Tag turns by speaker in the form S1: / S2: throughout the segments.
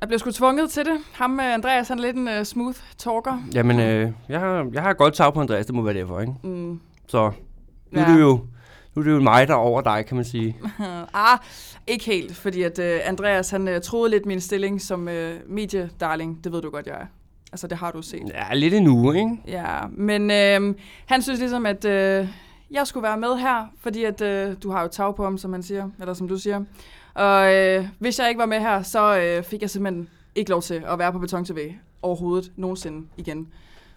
S1: Jeg blev sgu tvunget til det. Ham med Andreas, han er lidt en uh, smooth talker.
S2: Jamen, øh, jeg, har, jeg har godt tag på Andreas, det må være derfor, ikke?
S1: Mm.
S2: Så nu, ja. er, det jo, nu er det jo mig, der er over dig, kan man sige.
S1: ah, ikke helt, fordi at uh, Andreas, han uh, troede lidt min stilling som uh, mediedarling. Det ved du godt, jeg er. Altså, det har du set.
S2: Ja, lidt endnu, ikke?
S1: Ja, men øh, han synes ligesom, at øh, jeg skulle være med her, fordi at øh, du har jo tag på ham, som han siger, eller som du siger. Og øh, hvis jeg ikke var med her, så øh, fik jeg simpelthen ikke lov til at være på Beton TV overhovedet nogensinde igen.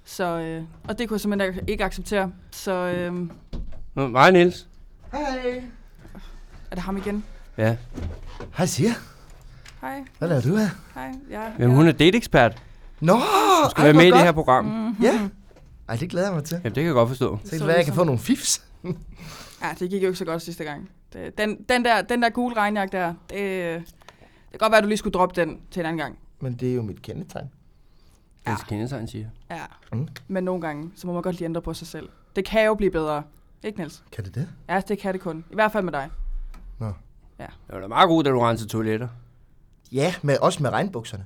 S1: Så, øh, og det kunne jeg simpelthen ak- ikke acceptere. Så øh,
S2: Nå, Mig, Niels.
S3: Hej.
S1: er det ham igen?
S2: Ja.
S3: Hej Sia.
S1: Hej,
S3: Hvad laver du her?
S1: hej. Ja,
S2: Jamen, hun er dateekspert. Hun
S3: Nå!
S2: skal være med i det her program. Mm.
S3: Ja. Ej, det glæder jeg mig til.
S2: Jamen, det kan jeg godt forstå.
S3: Så kan være, jeg kan få nogle fifs.
S1: Ja, det gik jo ikke så godt sidste gang. Det, den, den, der, den der gule regnjakke der, det, det kan godt være, at du lige skulle droppe den til en anden gang.
S3: Men det er jo mit kendetegn.
S2: Det skal Altså, kendetegn siger.
S1: Ja.
S3: Mm.
S1: Men nogle gange, så må man godt lige ændre på sig selv. Det kan jo blive bedre. Ikke, Niels?
S3: Kan det det?
S1: Ja, det kan det kun. I hvert fald med dig.
S2: Det var da meget godt, da du rensede toiletter.
S3: Ja, med, også med regnbukserne.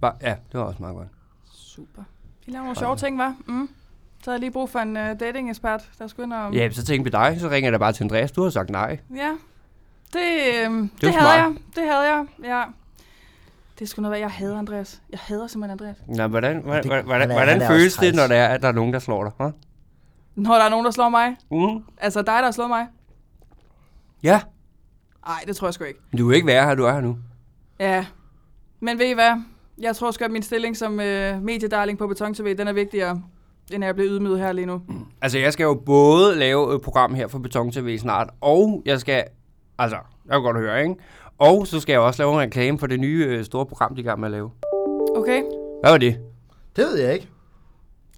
S2: Bare, ja, det var også meget godt.
S3: Mm.
S1: Super. Vi laver nogle sjove ting, hva'? Mm. Så havde jeg lige brug for en uh, dating-ekspert, der skulle ind og...
S2: Ja, så tænkte jeg på dig, så ringer jeg da bare til Andreas. Du har sagt nej.
S1: Ja. Det, øhm, det,
S2: jo
S1: det havde
S2: smart.
S1: jeg. Det havde jeg, ja. Det skulle noget være, jeg hader Andreas. Jeg hader simpelthen Andreas.
S2: Nå, hvordan, hvordan, hvordan,
S3: Det- han
S2: hvordan,
S3: er-
S2: hvordan
S3: han er også
S2: føles det,
S3: træls.
S2: når der er, at der er nogen, der slår dig? Hva?
S1: Når der er nogen, der slår mig.
S2: Mm.
S1: Altså dig, der har slået mig.
S2: Ja,
S1: Nej, det tror jeg sgu ikke.
S2: men du er ikke værre her, du er her nu.
S1: Ja. Men ved I hvad? Jeg tror sgu, at min stilling som øh, mediedarling på Beton TV, den er vigtigere, end at jeg bliver ydmyget her lige nu.
S2: Altså, jeg skal jo både lave et program her for Beton TV snart, og jeg skal... Altså, jeg kan godt høre, ikke? Og så skal jeg også lave en reklame for det nye øh, store program, de er i gang med at lave.
S1: Okay?
S2: Hvad var det?
S3: Det ved jeg ikke.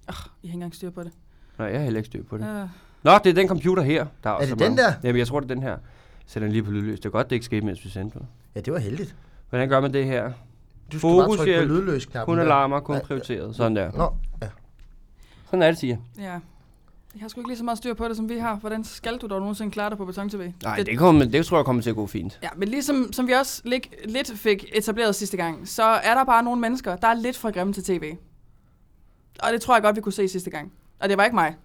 S1: Jeg har ikke engang styr på det.
S2: Nej, jeg har heller ikke styr på det.
S1: Øh.
S2: Nå, det er den computer her. Der er, også
S3: det
S2: så
S3: den
S2: mange.
S3: der?
S2: Jamen, jeg tror, det er den her. Jeg Sætter den lige på lydløs. Det er godt, det ikke skete, mens vi sendte den.
S3: Ja, det var heldigt.
S2: Hvordan gør man det her?
S3: Du skal bare
S2: Fokus
S3: trykke
S2: hjælp.
S3: på lydløs-knappen.
S2: Kun
S3: der.
S2: alarmer, kun
S3: Nej,
S2: prioriteret. Sådan der.
S3: Nå, ja.
S2: Sådan er det, siger
S1: Ja. Jeg har sgu ikke lige så meget styr på det, som vi har. Hvordan skal du dog nogensinde klare dig på Beton TV?
S2: Nej, det, kommer, det tror jeg kommer til at gå fint.
S1: Ja, men ligesom som vi også lig, lidt fik etableret sidste gang, så er der bare nogle mennesker, der er lidt for grimme til tv. Og det tror jeg godt, vi kunne se sidste gang. Og det var ikke mig.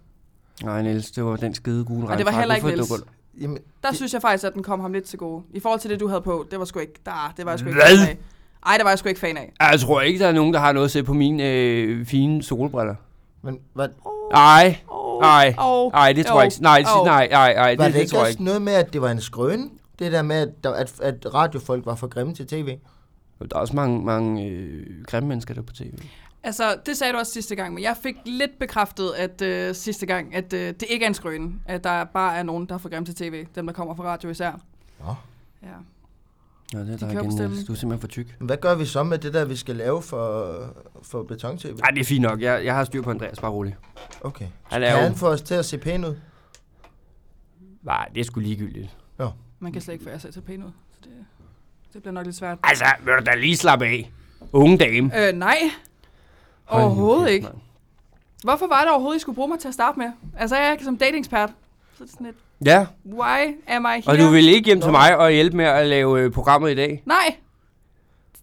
S2: Nej, Niels, det var den skide gule
S1: Og det var
S2: regnfrakke.
S1: heller ikke
S2: Hvorfor
S1: Niels.
S2: dukker du-
S3: Jamen,
S1: Der synes jeg faktisk, at den kom ham lidt til gode. I forhold til det, du havde på, det var sgu ikke... Der, det var jeg sgu ikke
S2: Hvad?
S1: fan af. Ej, det var jeg sgu ikke fan af.
S2: Ej, Jeg tror ikke, der er nogen, der har noget at se på mine øh, fine solbriller.
S3: men var,
S2: Nej,
S1: Oh,
S2: nej,
S1: oh,
S2: nej, det tror
S1: oh,
S2: jeg ikke. Nej, det,
S1: oh.
S2: nej, nej, nej,
S3: var
S2: det,
S3: det
S2: det
S3: ikke
S2: tror jeg
S3: også
S2: ikke.
S3: noget med, at det var en skrøne? Det der med, at, der- at, at radiofolk var for grimme til tv?
S2: Der er også mange, mange øh, grimme mennesker der på tv.
S1: Altså, det sagde du også sidste gang, men jeg fik lidt bekræftet at øh, sidste gang, at øh, det ikke er en skrøne. At der bare er nogen, der er for grimme til tv. Dem, der kommer fra radio især.
S3: Nå.
S1: Ja.
S2: Nå, det er
S1: kan
S2: dig
S1: jo
S2: igen,
S1: bestemme.
S2: Niels. Du er simpelthen for tyk.
S3: Men Hvad gør vi så med det der, vi skal lave for, for beton-tv?
S2: Nej, det er fint nok. Jeg, jeg har styr på Andreas, bare rolig.
S3: Okay.
S2: Han er
S3: Kan han
S2: jo...
S3: få os til at se pæne ud?
S2: Nej, det er sgu ligegyldigt.
S1: Man kan slet ikke få jer selv til pæn ud. Så det, det bliver nok lidt svært.
S2: Altså, vil du da lige slappe af? Unge dame.
S1: Øh, nej.
S2: Hold nu
S1: Overhovedet
S2: kæft,
S1: ikke.
S2: mand.
S1: Hvorfor var det overhovedet, I skulle bruge mig til at starte med? Altså, jeg er ikke som datingekspert. Så er det sådan lidt,
S2: Ja,
S1: why am I here?
S2: og du vil ikke hjem til mig og hjælpe med at lave øh, programmet i dag?
S1: Nej,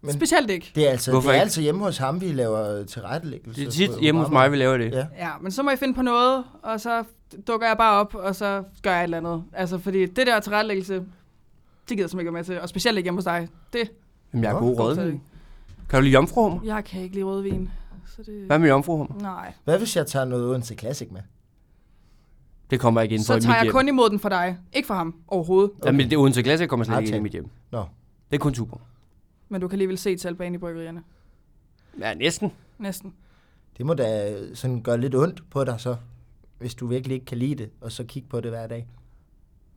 S3: Men-
S1: specielt ikke.
S3: Det er altså,
S2: Hvorfor
S3: det er
S2: ikke?
S3: altså hjemme hos ham, vi laver tilrettelæggelse.
S2: Det er tit
S3: på
S2: hjemme hos mig, vi
S3: programmet.
S2: laver det.
S3: Ja.
S1: Ja, men så må I finde på noget, og så dukker jeg bare op, og så gør jeg et eller andet. Altså, fordi det der tilrettelæggelse, det gider jeg simpelthen ikke være med til. Og specielt ikke hjemme hos dig. Det
S2: Jamen, jeg er
S3: Nå,
S2: god
S1: går slet
S2: rødvin.
S1: ikke.
S2: Kan du lide jomfruhummer?
S1: Jeg kan ikke lide rødvin. Så det...
S2: Hvad med jomfruhummer?
S1: Nej.
S3: Hvad hvis jeg tager noget Odense Classic med?
S2: Det kommer ikke ind på
S1: Så
S2: i
S1: tager
S2: mit
S1: jeg
S2: hjem.
S1: kun imod den for dig. Ikke for ham overhovedet.
S2: Okay. Jamen, det Odense Klasse kommer slet
S3: Ah,
S2: ikke ind i
S3: tak.
S2: mit hjem.
S3: Nå.
S2: Det er kun Tuborg.
S1: Men du kan alligevel se til albanibryggerierne.
S2: Ja, næsten.
S1: Næsten.
S3: Det må da øh, sådan gøre lidt ondt på dig så, hvis du virkelig ikke kan lide det, og så kigge på det hver dag.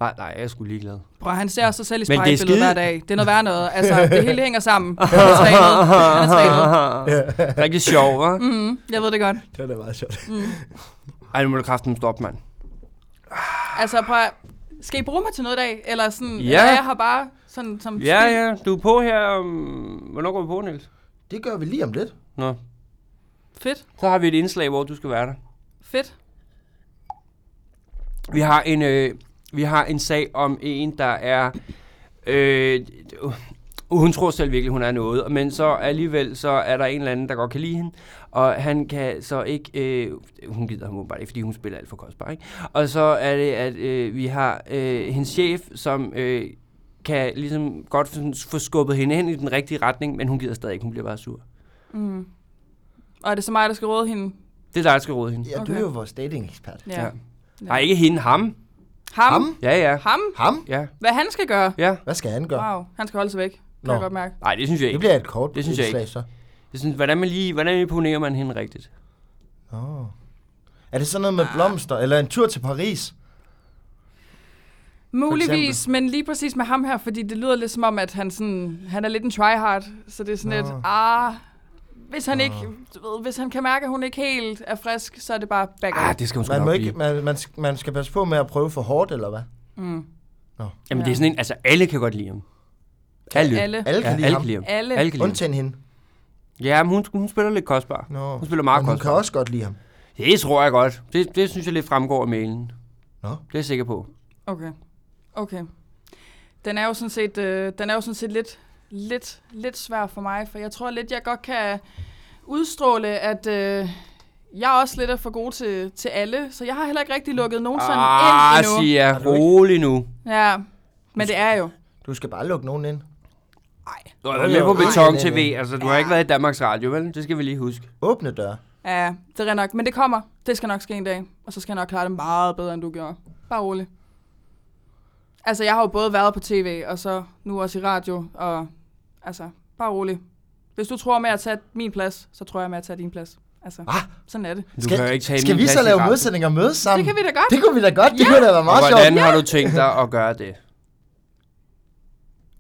S2: Nej, nej, jeg er sgu ligeglad.
S1: Bror, han ser sig selv i
S2: Men det er
S1: spejlbilledet
S2: skide-
S1: hver dag. Det er noget værre noget. Altså, det hele hænger sammen. Han er trænet. Han er trænet.
S2: Rigtig sjov, hva'?
S1: Mm, jeg ved det godt.
S3: Det var da meget sjovt.
S2: Ej, nu må du kraften stoppe, mand.
S1: Altså, prøv at- skal I bruge mig til noget i dag? Eller sådan,
S2: Ja.
S1: ja. eller er jeg har bare sådan som...
S2: Ja, ja, du er på her om... Hvornår går vi på, Niels?
S3: Det gør vi lige om lidt.
S2: Nå.
S1: Fedt,
S2: Så har vi et indslag, hvor du skal være der.
S1: fedt.
S2: Vi har en, øh, vi har en sag om en, der er... Øh, Hun tror selv virkelig, hun er noget, men så alligevel så er der en eller anden, der godt kan lide hende, og han kan så ikke... Øh, hun gider ham bare ikke, fordi hun spiller alt for kostbar, ikke? Og så er det, at øh, vi har øh, hendes chef, som øh, kan ligesom godt sådan få skubbet hende hen i den rigtige retning, men hun gider stadig ikke, hun bliver bare sur.
S1: Mm. Og er det så mig, der skal råde hende?
S2: Det er dig, der skal råde hende.
S3: Ja, du
S1: Okay.
S3: er jo vores dating-ekspert.
S1: Ja.
S2: Nej, ikke hende, ham.
S1: Ham?
S3: Ham?
S2: Ja, ja.
S1: Ham?
S3: Ham?
S2: Ja,
S1: Hvad han skal gøre?
S2: ja.
S3: Hvad skal han gøre?
S1: Wow, han skal holde sig væk. Kan
S3: Nå.
S1: jeg godt mærke.
S2: Nej, det synes jeg
S3: Det
S2: ikke.
S3: bliver et kort
S2: Ah. Det synes jeg
S3: indslag, så.
S2: Jeg synes, hvordan, man lige, hvordan imponerer man hende rigtigt?
S3: Oh. Er det sådan noget
S2: Ah.
S3: med blomster, eller en tur til Paris?
S1: Muligvis, men lige præcis med ham her, fordi det lyder lidt som om, at han, sådan, han er lidt en tryhard. Så det er sådan
S3: Nå.
S1: lidt, ah, hvis han,
S3: Nå.
S1: ikke, du ved, hvis han kan mærke, at hun ikke helt er frisk, så er det bare back
S2: Ah,
S1: off.
S2: det skal hun sgu
S3: Man, må
S2: nok
S3: ikke,
S2: blive.
S3: man, man, sk- man skal passe på med at prøve for hårdt, eller hvad?
S1: Mm.
S2: Jamen, det er sådan en, altså alle kan godt lide ham. Alle.
S1: Alle.
S3: Alle
S2: Ja,
S3: kan lide
S2: alle
S3: ham.
S2: kan lide ham.
S1: Alle.
S2: Alle kan lide ham.
S3: Undtagen hende.
S2: Ja, men hun, hun spiller lidt kostbar.
S3: Nå.
S2: Hun spiller meget
S3: Men hun
S2: kostbar.
S3: kan også godt lide ham.
S2: Det tror jeg godt. Det, det synes jeg lidt fremgår af mailen.
S3: Nå.
S2: Det er jeg sikker på.
S1: Okay. Okay. Den er jo sådan set, øh, den er jo sådan set lidt, lidt, lidt svær for mig, for jeg tror lidt, jeg godt kan udstråle, at øh, jeg også lidt er for god til, til alle, så jeg har heller ikke rigtig lukket nogen sådan ah,
S2: Ah,
S1: ind endnu.
S2: siger jeg.
S3: Har du ikke-
S2: Rolig nu.
S1: Ja, men det er jo.
S3: Du skal bare lukke nogen ind.
S2: Du har
S3: Nå,
S2: været med på
S3: jo, nej,
S2: Beton
S3: nej, nej.
S2: TV. Altså, du har ikke været i Danmarks Radio, vel? Det skal vi lige huske.
S3: Åbne døre.
S1: Ja, det er nok. Men det kommer. Det skal nok ske en dag. Og så skal jeg nok klare det meget bedre, end du gjorde. Bare rolig. Altså, jeg har jo både været på tv, og så nu også i radio. Og altså, bare rolig. Hvis du tror med at tage min plads, så tror jeg med at tage din plads. Altså,
S3: Ah.
S1: sådan er det.
S2: Du kan jo ikke tage
S3: skal
S2: min
S3: vi
S2: plads
S3: så
S2: i
S3: lave
S2: radioen.
S3: modsætninger og mødes sammen?
S1: Det kan vi da godt.
S3: Det kunne vi da godt. Det
S1: Ja.
S3: kunne da være
S2: Og
S3: meget sjovt.
S2: Hvordan har du tænkt dig at gøre det?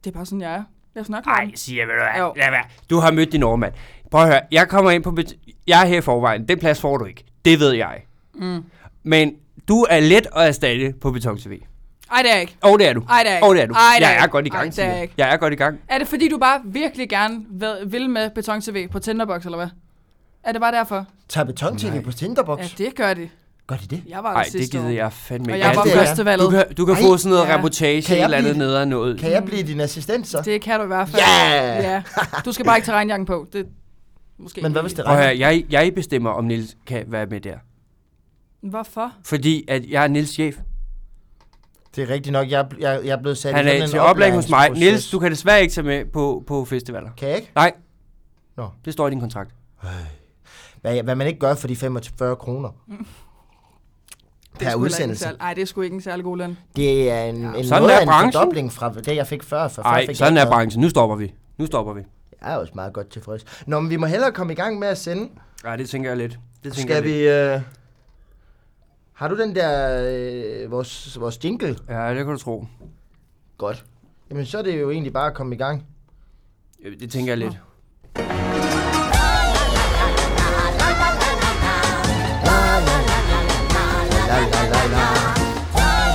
S1: Det er bare sådan, jeg er. Jeg snakker om
S2: Nej,
S1: det.
S2: siger ved du hvad,
S1: Jo.
S2: lad være. Du har mødt din overmand. Prøv at høre, jeg kommer ind på... Bet- jeg er her i forvejen. Den plads får du ikke. Det ved jeg.
S1: Mm.
S2: Men du er let at erstatte på Beton TV.
S1: Ej, det er jeg ikke.
S2: Og det er du.
S1: Ej, det er jeg ikke.
S2: Og det er du.
S1: Ej, det er
S2: jeg
S1: jeg
S2: er
S1: ikke.
S2: godt i
S1: Ej,
S2: gang,
S1: det er
S2: siger
S1: jeg
S2: jeg.
S1: ikke.
S2: Jeg er godt i gang.
S1: Er det fordi, du bare virkelig gerne væ- vil med Beton TV på Tinderbox, eller hvad? Er det bare derfor?
S3: Tager betontv på Tinderbox?
S1: Ja, det gør de.
S3: Gør de det?
S1: Jeg var der
S2: Nej, det
S1: sidste år.
S2: gider jeg fandme
S1: Og
S2: ikke.
S1: jeg
S3: Ja,
S1: var
S3: det er jeg.
S1: førstevalget.
S2: du kan, du kan
S3: Ej,
S2: få sådan noget
S1: ja.
S2: reportage
S3: Kan
S2: et
S3: jeg
S2: eller andet
S3: blive-
S2: nede af noget.
S3: Kan jeg blive din assistent så?
S1: Det kan du i hvert fald.
S3: Ja!
S1: ja. Du skal bare ikke tage regnjakken på. Det er måske
S3: Men hvad
S1: ikke
S3: hvis det
S2: Prøv at
S3: regner?
S2: høre, jeg, jeg bestemmer, om Nils kan være med der.
S1: lige. Hvorfor?
S2: Fordi at jeg er Nils chef.
S3: Det er rigtigt nok. Jeg, er bl- jeg, jeg er blevet sat
S2: Han
S3: i sådan
S2: er
S3: en
S2: til oplæg hos mig.
S3: oplæringsproces.
S2: Nils, du kan desværre ikke tage med på, på festivaler.
S3: Kan jeg ikke?
S2: Nej.
S3: Nå.
S2: Det står i din kontrakt.
S3: Hvad, hvad man ikke gør for de 45 kroner.
S1: Det er sgu heller
S3: Per
S1: Mm. ikke en
S3: udsendelse.
S1: særlig- Ej, det er sgu ikke en særlig god løn.
S3: Det er en, en
S2: sådan
S3: noget
S2: er
S3: af en
S2: branchen.
S3: fordobling fra det, jeg fik før. For før
S2: Nej,
S3: fik
S2: sådan
S3: jeg
S2: er
S3: ikke noget.
S2: branchen. Nu stopper vi. Nu stopper vi.
S3: Jeg er også meget godt tilfreds. Nå, men vi må hellere komme i gang med at sende.
S2: Nej, det tænker jeg lidt. Det tænker
S3: Skal
S2: jeg lidt.
S3: vi... Øh... Har du den der... Øh, vores, vores jingle?
S2: Ja, det kan du tro.
S3: Godt. Jamen, så er det jo egentlig bare at komme i gang.
S2: Det tænker jeg lidt.
S3: La, la, la, la.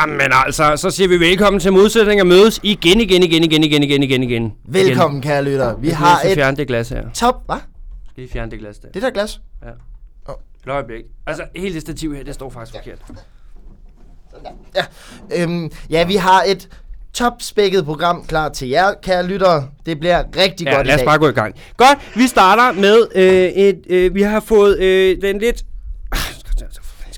S2: Jamen altså, så siger vi velkommen til modsætninger mødes igen, igen, igen, igen, igen, igen, igen, igen.
S3: Velkommen, kære lytter. Vi
S2: Vi
S3: har
S2: har
S3: et
S2: fjerne det glas her.
S3: top... Hvad?
S2: Skal I fjerne det glas der?
S3: Det der glas?
S2: Et øjeblik. Altså, hele det stativ her, det står faktisk forkert.
S3: Ja, øhm, ja vi har et topspækket program klar til jer, kære lyttere. Det bliver rigtig
S2: Ja,
S3: godt i
S2: lad os
S3: dag.
S2: bare gå i gang. Godt, vi starter med øh, et... Øh, vi har fået øh, den lidt... Ah, skal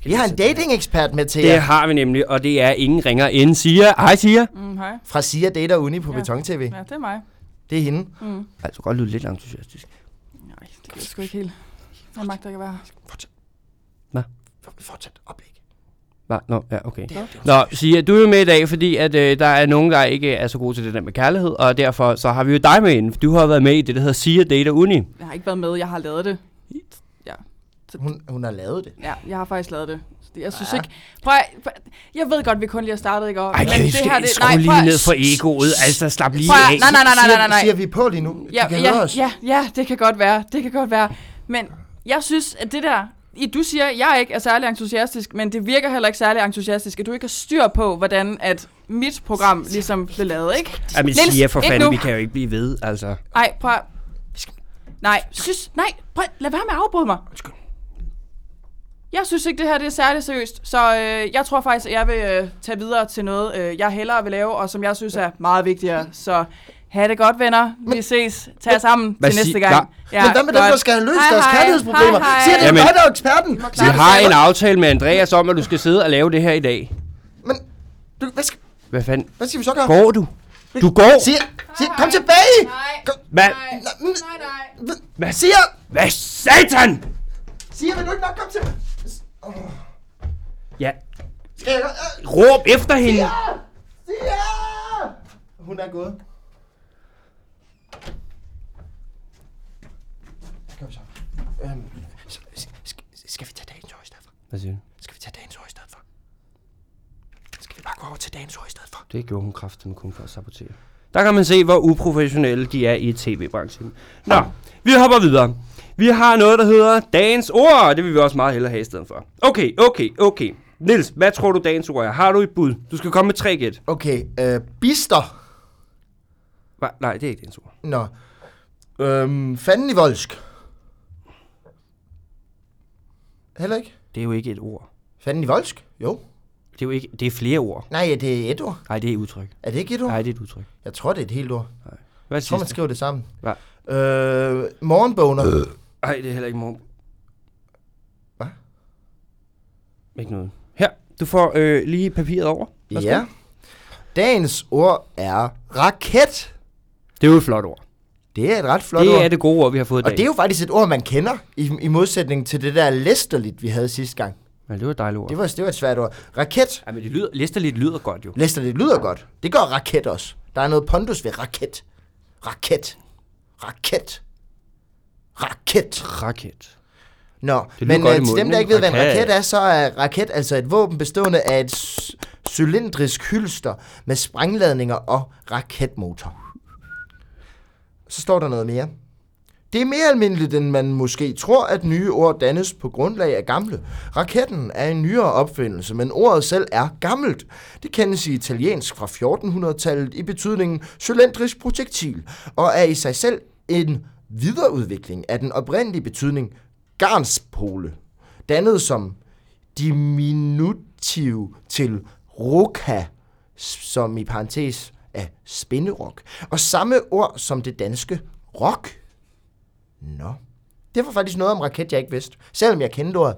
S3: Vi
S2: jeg
S3: har
S2: sætte
S3: en
S2: den her?
S3: dating-ekspert med til
S2: Det
S3: jer
S2: har vi nemlig, og det er ingen ringer end Sia. Hej Sia.
S1: Mm, hej.
S3: fra Sia Data Uni på
S1: Ja.
S3: ja. Beton TV.
S1: Ja, det er mig.
S3: Det er hende.
S1: Mm.
S2: Altså godt lyde lidt entusiastisk.
S1: Nej, det kan jeg sgu ikke helt. Jeg magter ikke at være her.
S3: Fortsæt oplæg.
S2: Nå, nå, ja, okay. Nå, Sia, du er jo med i dag, fordi at, øh, der er nogen, der ikke er så gode til det der med kærlighed, og derfor så har vi jo dig med ind. Du har været med i det, der hedder Sia Data Uni.
S1: Jeg har ikke været med, jeg har lavet det.
S3: Hun, hun har lavet det.
S1: Ja, jeg har faktisk lavet det. Så det- Jeg synes ikke... Prøv, at- prøv, at- jeg ved godt, vi kun lige har startet, ikke? Og-
S2: Ej, kan I skal skru lige
S1: at-
S2: ned for egoet? Altså, slap lige
S1: Prøv at-
S2: af.
S1: nej, nej, nej, nej, nej, nej.
S3: Siger vi er på lige nu?
S1: Ja,
S3: du kan
S1: ja,
S3: høre os.
S1: ja, ja, det kan godt være. Det kan godt være. Men jeg synes, at det der... I, du siger, at jeg ikke er særlig entusiastisk, men det virker heller ikke særlig entusiastisk, at du ikke har styr på, hvordan at mit program ligesom blev lavet, ikke?
S2: Jamen,
S1: Niels,
S2: Sia, for
S1: ind
S2: fanden,
S1: nu.
S2: vi kan jo ikke blive ved, altså.
S1: Ej, prøv at- Nej, synes, nej, prøv, at- lad være med at afbryde mig. jeg synes ikke, det her det er særlig seriøst, så øh, jeg tror faktisk, at jeg vil øh, tage videre til noget, øh, jeg hellere vil lave, og som jeg synes er meget vigtigere. Så ha' det godt, venner. Vi ses. Tag jer sammen
S2: Hvad
S1: til næste
S2: sig-
S1: gang.
S2: Nej.
S1: Ja,
S3: Men hvad med dem,
S1: godt.
S3: der skal have løst
S1: Hej,
S3: deres
S1: hej. Hej,
S3: kærlighedsproblemer?
S1: hej.
S3: Siger det er
S2: Jamen-
S3: mig, der er eksperten.
S2: Vi har en aftale med Andreas om, at du skal sidde og lave det her i dag.
S3: Men du, hvad, skal,
S2: Hvad fanden?
S3: hvad skal vi så gøre?
S2: Går du? Du går!
S3: Siger, siger, kom tilbage! Kom,
S2: Hvad?
S3: mm,
S1: nej, nej.
S2: Hvad siger?
S3: siger,
S2: Hvad satan?
S3: siger, vil du ikke nok komme til?
S2: Ja,
S3: Skal jeg gøre- øh,
S2: råb efter hende.
S3: Siger! Hun er gået. Hvad gør vi så? Øhm, s- s- skal, skal vi tage dagens hår i stedet for?
S2: Hvad siger du?
S3: Skal vi tage dagens hår i stedet for? Skal vi bare gå over til dagens hår i stedet for?
S2: Det gjorde hun kraften kun for at sabotere. Der kan man se, hvor uprofessionelle de er i tv-branchen. Nå, vi hopper videre. Vi har noget, der hedder dagens ord, og det vil vi også meget hellere have i stedet for. Okay, okay, okay. Nils, hvad tror du dagens ord er? Har du et bud? Du skal komme med tre gæt.
S3: Okay, øh, bister.
S2: Hva? Nej, det er ikke dagens ord.
S3: Nå. Øhm, fanden i voldsk. Heller ikke.
S2: Det er jo ikke et ord.
S3: Fanden i voldsk? Jo.
S2: Det er jo ikke, det er flere ord.
S3: Nej, ja, det er et ord.
S2: Nej, det er et udtryk.
S3: Er det ikke et ord?
S2: Nej,
S3: Nej.
S2: det er et udtryk.
S3: Jeg tror, det er et helt ord.
S2: Hvad er
S3: Jeg
S2: det
S3: tror, man
S2: sidste?
S3: skriver det sammen.
S2: Hvad?
S3: Øh, morgenbogner. Øh.
S2: Nej, det er heller ikke morgen.
S3: Hvad?
S2: Ikke noget. Her, du får øh, lige papiret over. Værsgo.
S3: Ja. Dagens ord er raket.
S2: Det er jo et flot ord.
S3: Det er et ret flot
S2: Det
S3: ord.
S2: er det gode ord, vi har fået i
S3: Og
S2: dag.
S3: det er jo faktisk et ord, man kender, i, i modsætning til det der læsterligt, vi havde sidste gang.
S2: Men det var et dejligt ord.
S3: Det var, det var et svært ord. Raket.
S2: Ja, men det lyder, lister lidt lyder godt jo.
S3: Læsterligt lyder godt. Det gør raket også. Der er noget pondus ved raket. Raket. Raket. Raket.
S2: Raket.
S3: Nå,
S2: Det lyder
S3: men
S2: godt
S3: øh,
S2: i
S3: til dem,
S2: munden,
S3: der ikke ved, hvad en
S2: ikke?
S3: raket er, så er raket altså et våben bestående af et s- cylindrisk hylster med sprængladninger og raketmotor. Så står der noget mere. Det er mere almindeligt, end man måske tror, at nye ord dannes på grundlag af gamle. Raketten er en nyere opfindelse, men ordet selv er gammelt. Det kendes i italiensk fra 1400-tallet i betydningen cylindrisk projektil, og er i sig selv en videreudvikling af den oprindelige betydning garnspole, dannet som diminutiv til roka, som i parentes er spinderok, og samme ord som det danske rock. Nå. Det var faktisk noget om raket, jeg ikke vidste. Selvom jeg kendte ordet.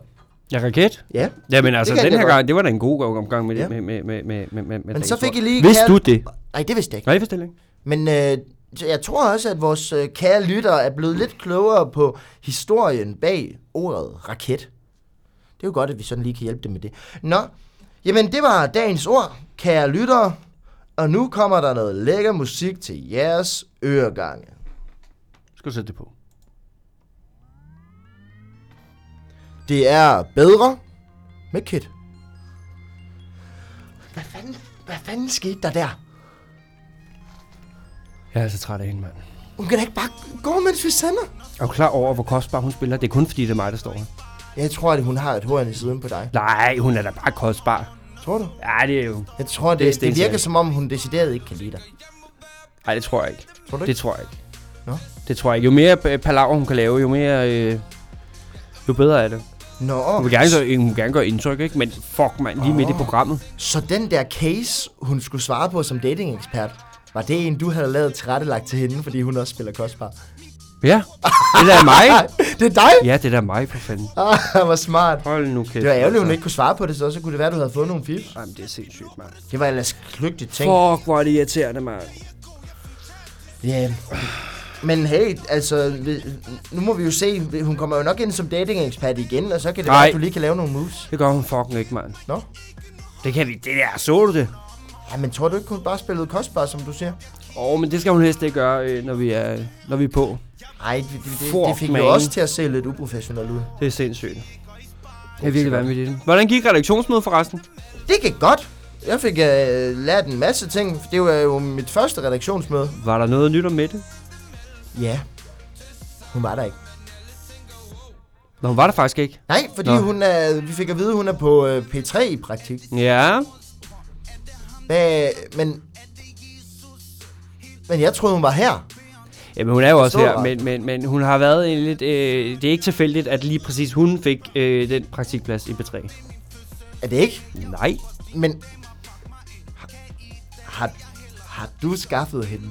S2: Ja, raket.
S3: Ja.
S2: Ja, men altså
S3: kan jeg
S2: den her
S3: godt.
S2: gang, det var da en god gang- omgang med,
S3: Ja.
S2: det, med, med, med, med, med, med
S3: Men
S2: dagens
S3: så fik
S2: ord.
S3: I lige...
S2: Vidste du det?
S3: Nej, det vidste jeg ikke.
S2: Nej, jeg vidste det ikke.
S3: Men øh, så jeg tror også, at vores øh, kære lytter er blevet lidt klogere på historien bag ordet raket. Det er jo godt, at vi sådan lige kan hjælpe dem med det. Nå, jamen det var dagens ord, kære lyttere. Og nu kommer der noget lækker musik til jeres øregange.
S2: Skal du sætte det på?
S3: Det er bedre med Kit. Hvad fanden, hvad fanden skete der der?
S2: Jeg er så træt af hende, mand.
S3: Hun kan da ikke bare gå, mens vi sender.
S2: Er du klar over, hvor kostbar hun spiller? Det er kun fordi, det er mig, der står her.
S3: Jeg tror, at hun har et horn i siden på dig.
S2: Nej, hun er da bare kostbar.
S3: Tror du?
S2: Ja, det er jo...
S3: Jeg tror,
S2: Det er
S3: det, det, det virker
S2: stensikkert.
S3: som om, hun decideret ikke kan lide dig.
S2: Nej, det tror jeg ikke.
S3: Tror du
S2: Det
S3: ikke?
S2: tror jeg ikke.
S3: Nå.
S2: Det tror jeg ikke. Jo mere øh, palaver hun kan lave, jo mere... Øh, jo bedre er det.
S3: Nå,
S2: Hun vil gerne, gøre, hun vil gerne gøre indtryk, ikke? Men fuck, mand, lige midt i programmet.
S3: så den der case, hun skulle svare på som datingekspert, var det en, du havde lavet tilrettelagt til hende, fordi hun også spiller kostbar?
S2: Ja, det der er mig.
S3: Nej, det er dig!
S2: Ja, det der er mig, for fanden.
S3: Ah, hvor smart.
S2: Hold nu kæft.
S3: Det var ærgerligt,
S2: altså.
S3: hun ikke kunne svare på det, så, så kunne det være, du havde fået nogle fif.
S2: Jamen, det er sindssygt, mand.
S3: Det var ellers kløgtigt ting.
S2: Fuck, hvor er det irriterende, mand.
S3: Ja. Yeah. Men hey, altså, vi- nu må vi jo se, hun kommer jo nok ind som datingekspert igen, og så kan det
S2: Nej.
S3: være, at du lige kan lave nogle moves.
S2: Det gør hun fucking ikke, mand.
S3: Nå?
S2: Det kan vi. Det der, så du det?
S3: Ja, men tror du ikke, hun bare spillede kostbar, som du siger?
S2: Åh, oh, men det skal hun helst ikke gøre, øh, når vi er, når vi er på.
S3: Nej, det, det, det, det
S2: Fuck,
S3: fik
S2: man.
S3: jo også til at se lidt uprofessionelt ud.
S2: Det er sindssygt. Det er virkelig vanvittigt. Hvordan gik redaktionsmødet forresten?
S3: Det gik godt. Jeg fik øh, lært en masse ting. for Det var jo mit første redaktionsmøde.
S2: Var der noget nyt om Mette?
S3: Ja. Hun var der ikke.
S2: Nå, hun var der faktisk ikke.
S3: Nej, fordi
S2: Nå.
S3: hun er, vi fik at vide, at hun er på øh, P3 i praktik.
S2: Ja.
S3: Men, men, men jeg troede, hun var her.
S2: Jamen, hun er jo også
S3: Forstår
S2: her,
S3: du?
S2: men, men, men hun har været en lidt... Øh, det er ikke tilfældigt, at lige præcis hun fik øh, den praktikplads i B3.
S3: Er det ikke?
S2: Nej.
S3: Men har, har du skaffet hende?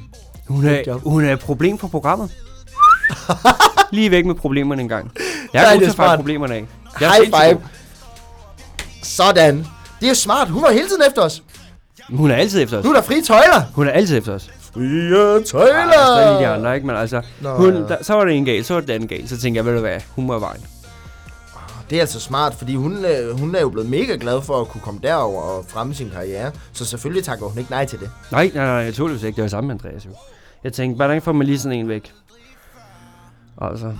S2: Hun
S3: Et
S2: er,
S3: job.
S2: hun er et problem for programmet. Lige væk med problemerne engang. Jeg
S3: Nej,
S2: er
S3: det
S2: god
S3: er
S2: til at fejre
S3: smart.
S2: problemerne af. Jeg er
S3: High
S2: sindssygt
S3: five. Sådan. Det er smart. Hun var hele tiden efter os.
S2: god. Hun er altid efter os.
S3: Nu er der frie tøjler.
S2: Hun er altid efter os.
S3: Frie
S2: Ej,
S3: tøjler.
S2: så er lige de andre, ikke? Men altså,
S3: Nå,
S2: hun,
S3: ja.
S2: der, så var det en gal, så var det den anden gal. Så tænkte jeg, ved du hvad, hun må af vejen.
S3: Det er altså smart, fordi hun, øh, hun er jo blevet mega glad for at kunne komme derover og fremme sin karriere. Så selvfølgelig takker hun ikke nej til det.
S2: Nej, nej, nej, naturligvis ikke. Det var sammen med Andreas jo. Jeg tænkte, hvordan får man lige sådan en væk? Altså, Men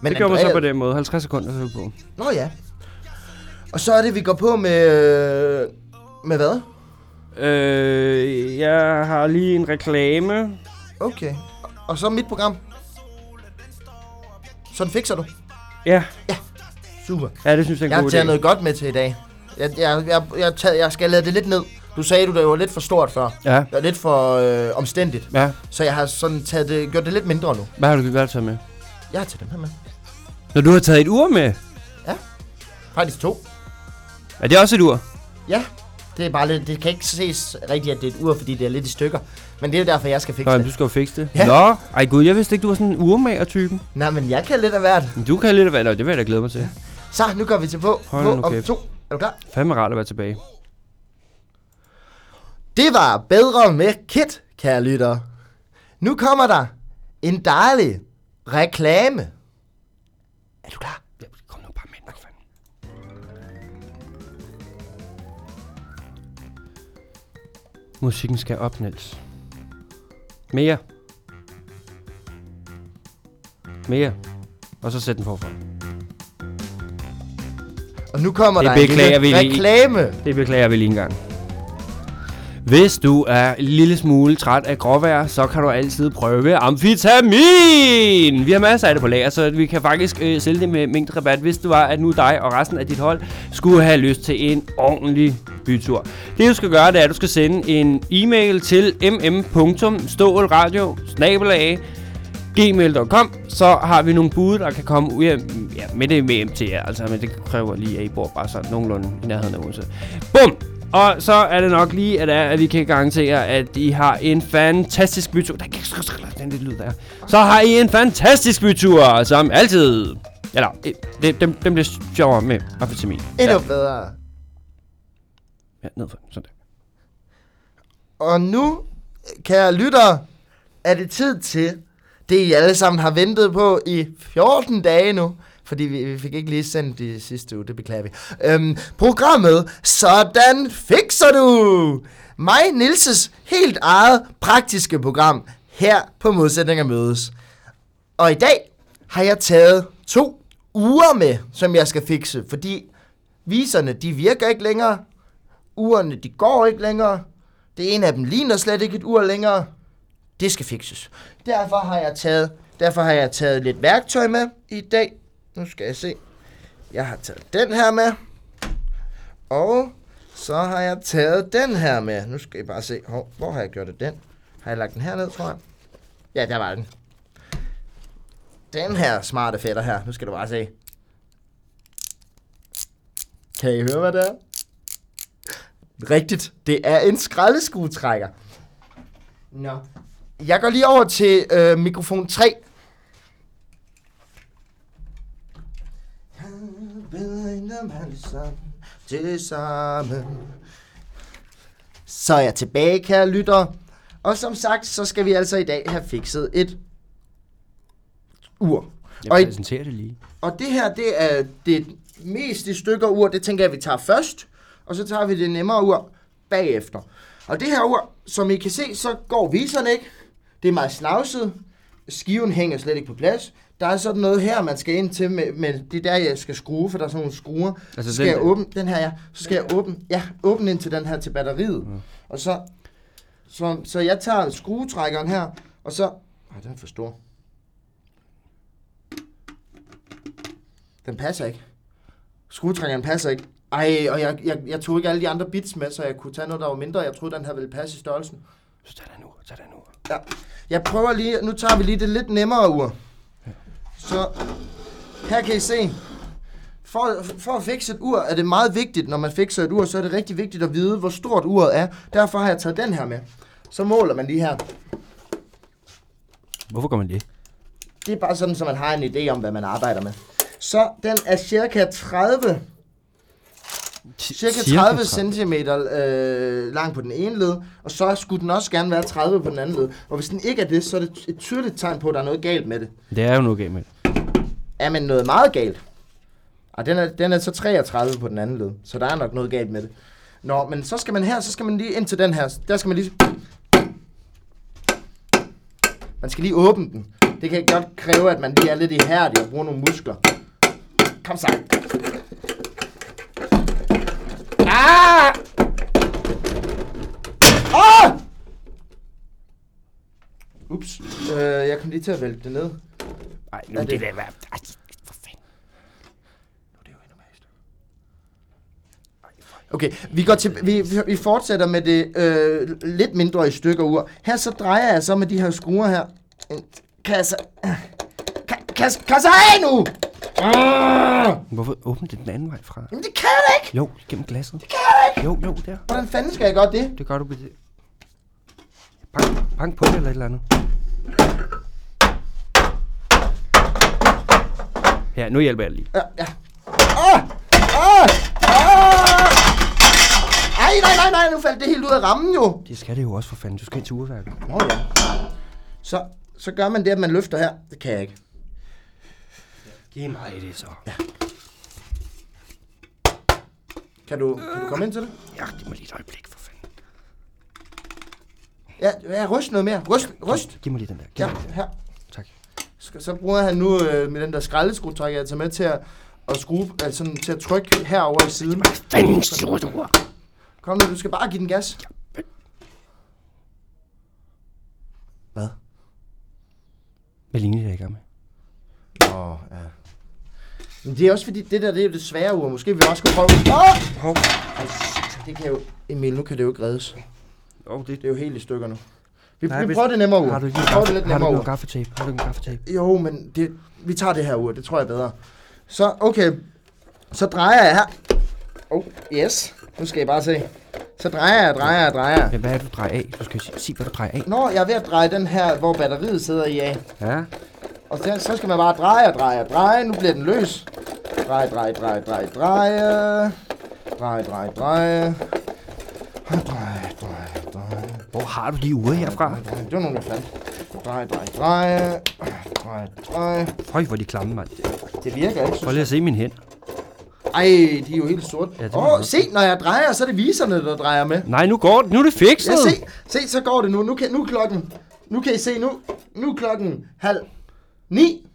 S3: Men
S2: det gjorde man så
S3: Andrea-
S2: på den måde. 50 sekunder så er vi på.
S3: Nå ja. Og så er det, vi går på med... Med hvad?
S2: Øh, jeg har lige en reklame.
S3: Okay. Og så mit program. Sådan fikser du.
S2: Ja,
S3: Super.
S2: ja det synes jeg er en
S3: Jeg har
S2: god
S3: taget
S2: idé.
S3: noget godt med til i dag. Jeg, jeg, jeg, jeg, taget, jeg skal lade det lidt ned. Du sagde, du det var lidt for stort før.
S2: Ja,
S3: Det var lidt for øh, omstændigt.
S2: ja.
S3: Så jeg har sådan taget det, gjort det lidt mindre nu.
S2: Hvad har du gjort så med?
S3: Jeg har taget dem her med.
S2: Når du har taget et ur med.
S3: Faktisk to.
S2: Er det også et ur?
S3: Ja, det er bare lidt, det kan ikke ses rigtigt, at det er et ur, fordi det er lidt i stykker. Men det er jo derfor, jeg skal
S2: Nå,
S3: fikse
S2: jamen,
S3: det.
S2: du skal jo fikse det.
S3: Ja.
S2: Nå, ej gud, jeg vidste ikke, du var sådan en urmager-typen.
S3: Nej, men jeg kan lidt af hvert.
S2: Men Du kan lidt af hvad. Nå, det vil jeg da glæde mig til.
S3: Så, nu går vi til på,
S2: Hold
S3: på
S2: nu
S3: om
S2: kæft.
S3: to. Er du klar?
S2: Fandme rart at være tilbage.
S3: Det var bedre med Kit, kære lytter. Nu kommer der en dejlig reklame. Er du klar?
S2: Ja, Kom nu bare med, den, for fanden. Musikken skal op, Niels. Mere. Mere. Og så sæt den forfra.
S3: Og nu kommer
S2: Det
S3: der en
S2: beklager vi
S3: lille
S2: lige.
S3: reklame.
S2: Det beklager vi lige engang. Hvis du er en lille smule træt af gråvejr, så kan du altid prøve amfetamin! Vi har masser af det på lager, så vi kan faktisk øh, sælge det med mængderabat, hvis du var, at nu dig og resten af dit hold skulle have lyst til en ordentlig bytur. Det du skal gøre, det er, at du skal sende en e-mail til mm mm.stålradio gmail.com, så har vi nogle bud, der kan komme ud af, ja, med det med hjem til jer, altså, men det kræver lige, at I bor bare sådan nogenlunde i nærheden af Odense. Bum! Og så er det nok lige, at, er, at vi kan garantere, at I har en fantastisk bytur. Der kan den lidt lyd der. Så har I en fantastisk bytur, som altid. Eller, eh, det, dem, dem bliver sjovere med amfetamin.
S3: Endnu
S2: Ja,
S3: bedre.
S2: ja, ned for, sådan der.
S3: Og nu, kære lyttere, er det tid til det, I alle sammen har ventet på i 14 dage nu. Fordi vi, vi fik ikke lige sendt de sidste uge, det beklager vi. Øhm, programmet Sådan fikser du! Mig, Nilses helt eget praktiske program her på Modsætninger Mødes. Og i dag har jeg taget to uger med, som jeg skal fikse, fordi viserne, de virker ikke længere. Urene, de går ikke længere. Det ene af dem ligner slet ikke et ur længere. Det skal fikses. Derfor har jeg taget, derfor har jeg taget lidt værktøj med i dag. Nu skal jeg se. Jeg har taget den her med. Og så har jeg taget den her med. Nu skal I bare se. Hov, hvor har jeg gjort af den? Har jeg lagt den herned, tror jeg? Ja, der var den. Den her smarte fætter her. Nu skal du bare se. Kan I høre, hvad det er? Rigtigt. Det er en skraldeskuetrækker. Nå. Jeg går lige over til øh, mikrofon 3. Han ved om han ligesom sammen til sammen. Så er jeg tilbage, kære lyttere. Og som sagt, så skal vi altså i dag have fikset et ur. Og
S2: Jeg
S3: i
S2: præsenterer det lige.
S3: og det her, det er det mest i stykker ur, det tænker jeg, vi tager først, og så tager vi det nemmere ur bagefter. Og det her ur, som I kan se, så går viserne ikke. Det er meget snavset. Skiven hænger slet ikke på plads. Der er sådan noget her, man skal ind til, med, med det er der, jeg skal skrue, for der er sådan nogle skruer.
S2: Altså
S3: så skal
S2: den
S3: jeg
S2: der?
S3: åbne den her, ja. Så skal jeg åbne, ja, åbne ind til den her til batteriet.
S2: Mm.
S3: Og så, så, så jeg tager skruetrækkeren her, og så... Ej, den er for stor. Den passer ikke. Skruetrækkeren passer ikke. Ej, og jeg, jeg, jeg tog ikke alle de andre bits med, så jeg kunne tage noget, der var mindre. Jeg troede, den her ville passe i størrelsen.
S2: Så tag den nu, tag den nu.
S3: Ja. Jeg prøver lige, nu tager vi lige det lidt nemmere ur. Så her kan I se, for, for at fikse et ur er det meget vigtigt, når man fikser et ur, så er det rigtig vigtigt at vide, hvor stort uret er. Derfor har jeg taget den her med. Så måler man lige her.
S2: Hvorfor gør man det?
S3: Det er bare sådan, så man har en idé om, hvad man arbejder med. Så den er cirka 30 Cirka 30 cm øh, lang på den ene led, og så skulle den også gerne være 30 på den anden led. Og hvis den ikke er det, så er det et tydeligt tegn på, at der er noget galt med det.
S2: Det er jo noget galt med det.
S3: Er man noget meget galt? Og den er, den er så 33 på den anden led, så der er nok noget galt med det. Nå, men så skal man her, så skal man lige ind til den her. Der skal man lige... Man skal lige åbne den. Det kan godt kræve, at man lige er lidt ihærdig og bruger nogle muskler. Kom så. Ah! Ah! Ups. Øh, jeg kom lige til at vælte det ned.
S2: Nej, nu
S3: Hvad
S2: er
S3: er
S2: det
S3: det?
S2: da værd. Ej, for fanden. Nu er det jo endnu mere stort.
S3: Okay, vi, går til, vi, vi- vi fortsætter med det øh, lidt mindre i stykker ur. Her så drejer jeg så med de her skruer her. Kan jeg så... Kan, kan, jeg så- kan jeg så af nu? Ah!
S2: Hvorfor åbner det den anden vej fra?
S3: Jamen det kan jeg da ikke!
S2: Jo, gennem glasset. Jo, jo, der.
S3: Hvordan fanden skal jeg gøre det?
S2: Det gør du på det. Bank, bank på det eller et eller andet. Ja, nu hjælper jeg lige.
S3: Ja, ja. Ah! Ah! Ah! Ej, nej, nej, nej, nu faldt det helt ud af rammen jo.
S2: Det skal det jo også for fanden. Du skal ind til urværket.
S3: Nå ja. Så, så gør man det, at man løfter her. Det kan jeg ikke.
S2: Giv mig det så. Ja,
S3: Kan du, kan du komme ind til det?
S2: ja giv mig lige et øjeblik for fanden.
S3: Ja, ja ryst noget mere. Ryst, ryst.
S2: Giv mig lige den der. Giv
S3: Ja,
S2: ja. mig den der.
S3: her.
S2: Tak.
S3: Så, så bruger han nu øh, med den der skraldeskruetrækker, jeg tager med til at, at skrue, altså sådan, til at trykke herover i siden.
S2: Fanden, slår du ord.
S3: Kom nu, du skal bare give den gas. Hvad?
S2: Hvad ligner det, jeg er i gang med?
S3: Åh, oh, ja. Men det er også fordi, det der det er jo det svære ur. Måske vi også skulle prøve... Åh! Oh! Det kan jo... Emil, nu kan det jo ikke reddes.
S2: Jo,
S3: Det er jo helt i stykker nu. Vi,
S2: Nej,
S3: Nej, vi
S2: hvis-
S3: prøver det nemmere ur.
S2: Har du ikke
S3: Vi
S2: noget
S3: prøver det
S2: gaff-
S3: lidt
S2: har du
S3: nemmere
S2: ikke
S3: ur.
S2: noget gaffetape? Har du ikke noget gaffetape?
S3: Jo, men det, vi tager det her ur, det tror jeg er bedre. Så, okay. Så drejer jeg her. Oh, yes. Nu skal I bare se. Så drejer jeg, drejer jeg, drejer jeg.
S2: Men hvad er det, du drejer af? Du skal jo sige, sig, hvad du drejer af.
S3: Nå, jeg er ved at dreje den her, hvor batteriet sidder i af.
S2: Ja.
S3: Og så, så skal man bare dreje og dreje og dreje. Nu bliver den løs. Dreje, dreje, dreje, dreje, dreje. Dreje, dreje, dreje. Og Dreje, dreje, dreje.
S2: Hvor har du de uger herfra?
S3: Dreje, Det var nogen, der fandt. Dreje, dreje, dreje. Dreje, dreje.
S2: Høj, hvor er de klamme, mand.
S3: Det virker ikke,
S2: Prøv lige at se min hænder.
S3: Ej, de er jo helt sorte.
S2: Ja, det
S3: Ja,
S2: må
S3: Åh,
S2: man
S3: se, når jeg drejer, så er det viserne, der drejer med.
S2: Nej, nu går det. Nu er det fikset.
S3: Ja, se, se, så går det nu. Nu, kan, nu er klokken. Nu kan I se, nu, nu er klokken halv ni.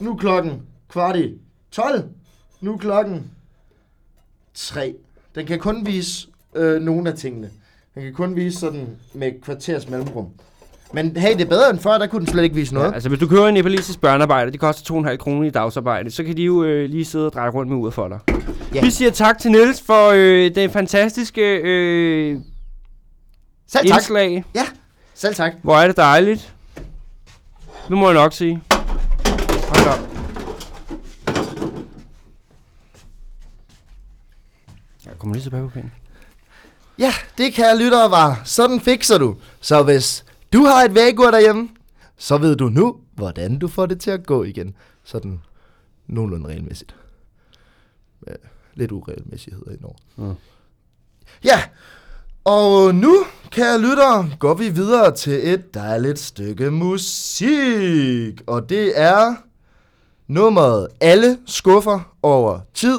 S3: Nu er klokken kvart i tolv. Nu er klokken tre. Den kan kun vise øh, nogle af tingene. Den kan kun vise sådan med et kvarters mellemrum. Men hey, det er bedre end før, der kunne den slet ikke vise noget.
S2: Ja, altså, hvis du kører en nepalesisk børnearbejder, det koster 2,5 kroner i dagsarbejde, så kan de jo øh, lige sidde og dreje rundt med uret for dig. Ja.
S3: Ja.
S2: Vi siger tak til Niels for øh, det fantastiske øh,
S3: Selv tak.
S2: indslag.
S3: Ja, selv tak.
S2: Hvor er det dejligt. Det må jeg nok sige. Hold op. Jeg kommer lige tilbage på pinden.
S3: Ja, det kan jeg lyttere var. Sådan fikser du. Så hvis du har et vægur derhjemme, så ved du nu, hvordan du får det til at gå igen. Sådan nogenlunde regelmæssigt. Med lidt uregelmæssighed indover.
S2: Mm.
S3: Mm. Ja, og nu, kære lyttere, går vi videre til et dejligt stykke musik. Og det er nummeret Alle skuffer over tid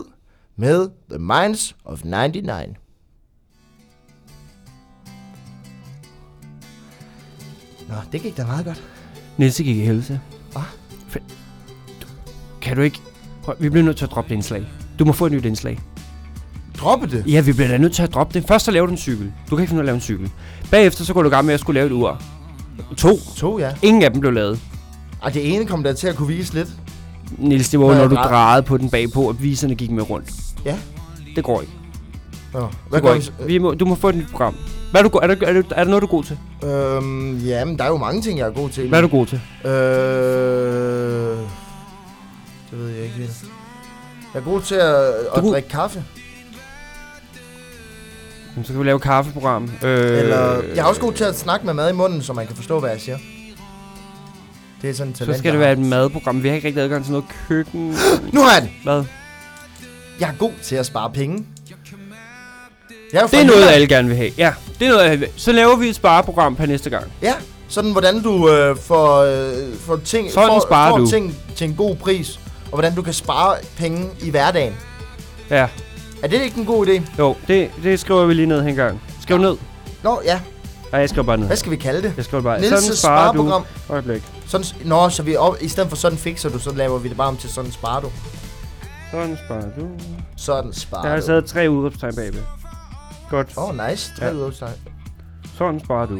S3: med The Minds of 99. Nå, det gik da meget godt.
S2: Niels det gik i helvede.
S3: Hvad?
S2: Fe- Du- Kan du ikke... Prøv, vi bliver nødt til at droppe det indslag. Du må få et nyt indslag.
S3: Droppe det?
S2: Ja, vi bliver da nødt til at droppe det. Først så laver du en cykel. Du kan ikke finde ud af at lave en cykel. Bagefter så går du i gang med at skulle lave et ur. To.
S3: To, ja.
S2: Ingen af dem blev lavet.
S3: Og det ene kom da til at kunne vise lidt.
S2: Niels, det var jo,
S3: Nå,
S2: når
S3: jeg
S2: du
S3: drej-
S2: drejede på den bagpå, og viserne gik med rundt.
S3: Ja.
S2: Det går ikke.
S3: Nå,
S2: Du,
S3: hvad
S2: går
S3: går
S2: ikke. Vi må, du må få et nyt program. Hvad er, du, go- er, der, er, der, er der noget, du er god til?
S3: Øhm, jamen, der er jo mange ting, jeg er god til.
S2: Hvad er du god til?
S3: Øh, det ved jeg ikke helt. Jeg er god til at, at
S2: god-
S3: drikke kaffe.
S2: Jamen, så kan vi lave et kaffeprogram. Øh,
S3: Eller, jeg er også god til at snakke med mad i munden, så man kan forstå, hvad jeg siger. Det er sådan et talent,
S2: Så skal det
S3: jeg
S2: være
S3: har.
S2: et madprogram. Vi har ikke rigtig adgang til noget køkken.
S3: Nu har jeg det!
S2: Hvad?
S3: Jeg er god til at spare penge. Jeg er jo
S2: Det
S3: fra
S2: er noget,
S3: Jylland.
S2: alle gerne vil have. Ja, det er noget, alle vil. Så laver vi et spareprogram per næste gang.
S3: Ja, sådan hvordan du øh, får, øh, får, ting,
S2: Sådan
S3: får,
S2: sparer
S3: får
S2: du.
S3: ting til en god pris, og hvordan du kan spare penge i hverdagen.
S2: Ja,
S3: Er det ikke en god idé?
S2: jo, det, det skriver vi lige ned her en gang. Skriv ned.
S3: Nå ja,
S2: Nej, jeg skriver bare ned.
S3: hvad skal vi kalde det?
S2: Jeg skriver bare, sådan
S3: Niels'
S2: sparer du...
S3: spareprogram.
S2: Øjeblik.
S3: Sådan, s- nå, så vi op, i stedet for sådan fikser du, så laver vi det bare om til sådan sparer du.
S2: Sådan sparer du...
S3: Sådan sparer
S2: Der har jeg
S3: du.
S2: sat tre udråbstegn bagved. Godt.
S3: Åh, oh, nice. Tre
S2: Ja.
S3: ja. udopstegn.
S2: Sådan sparer du.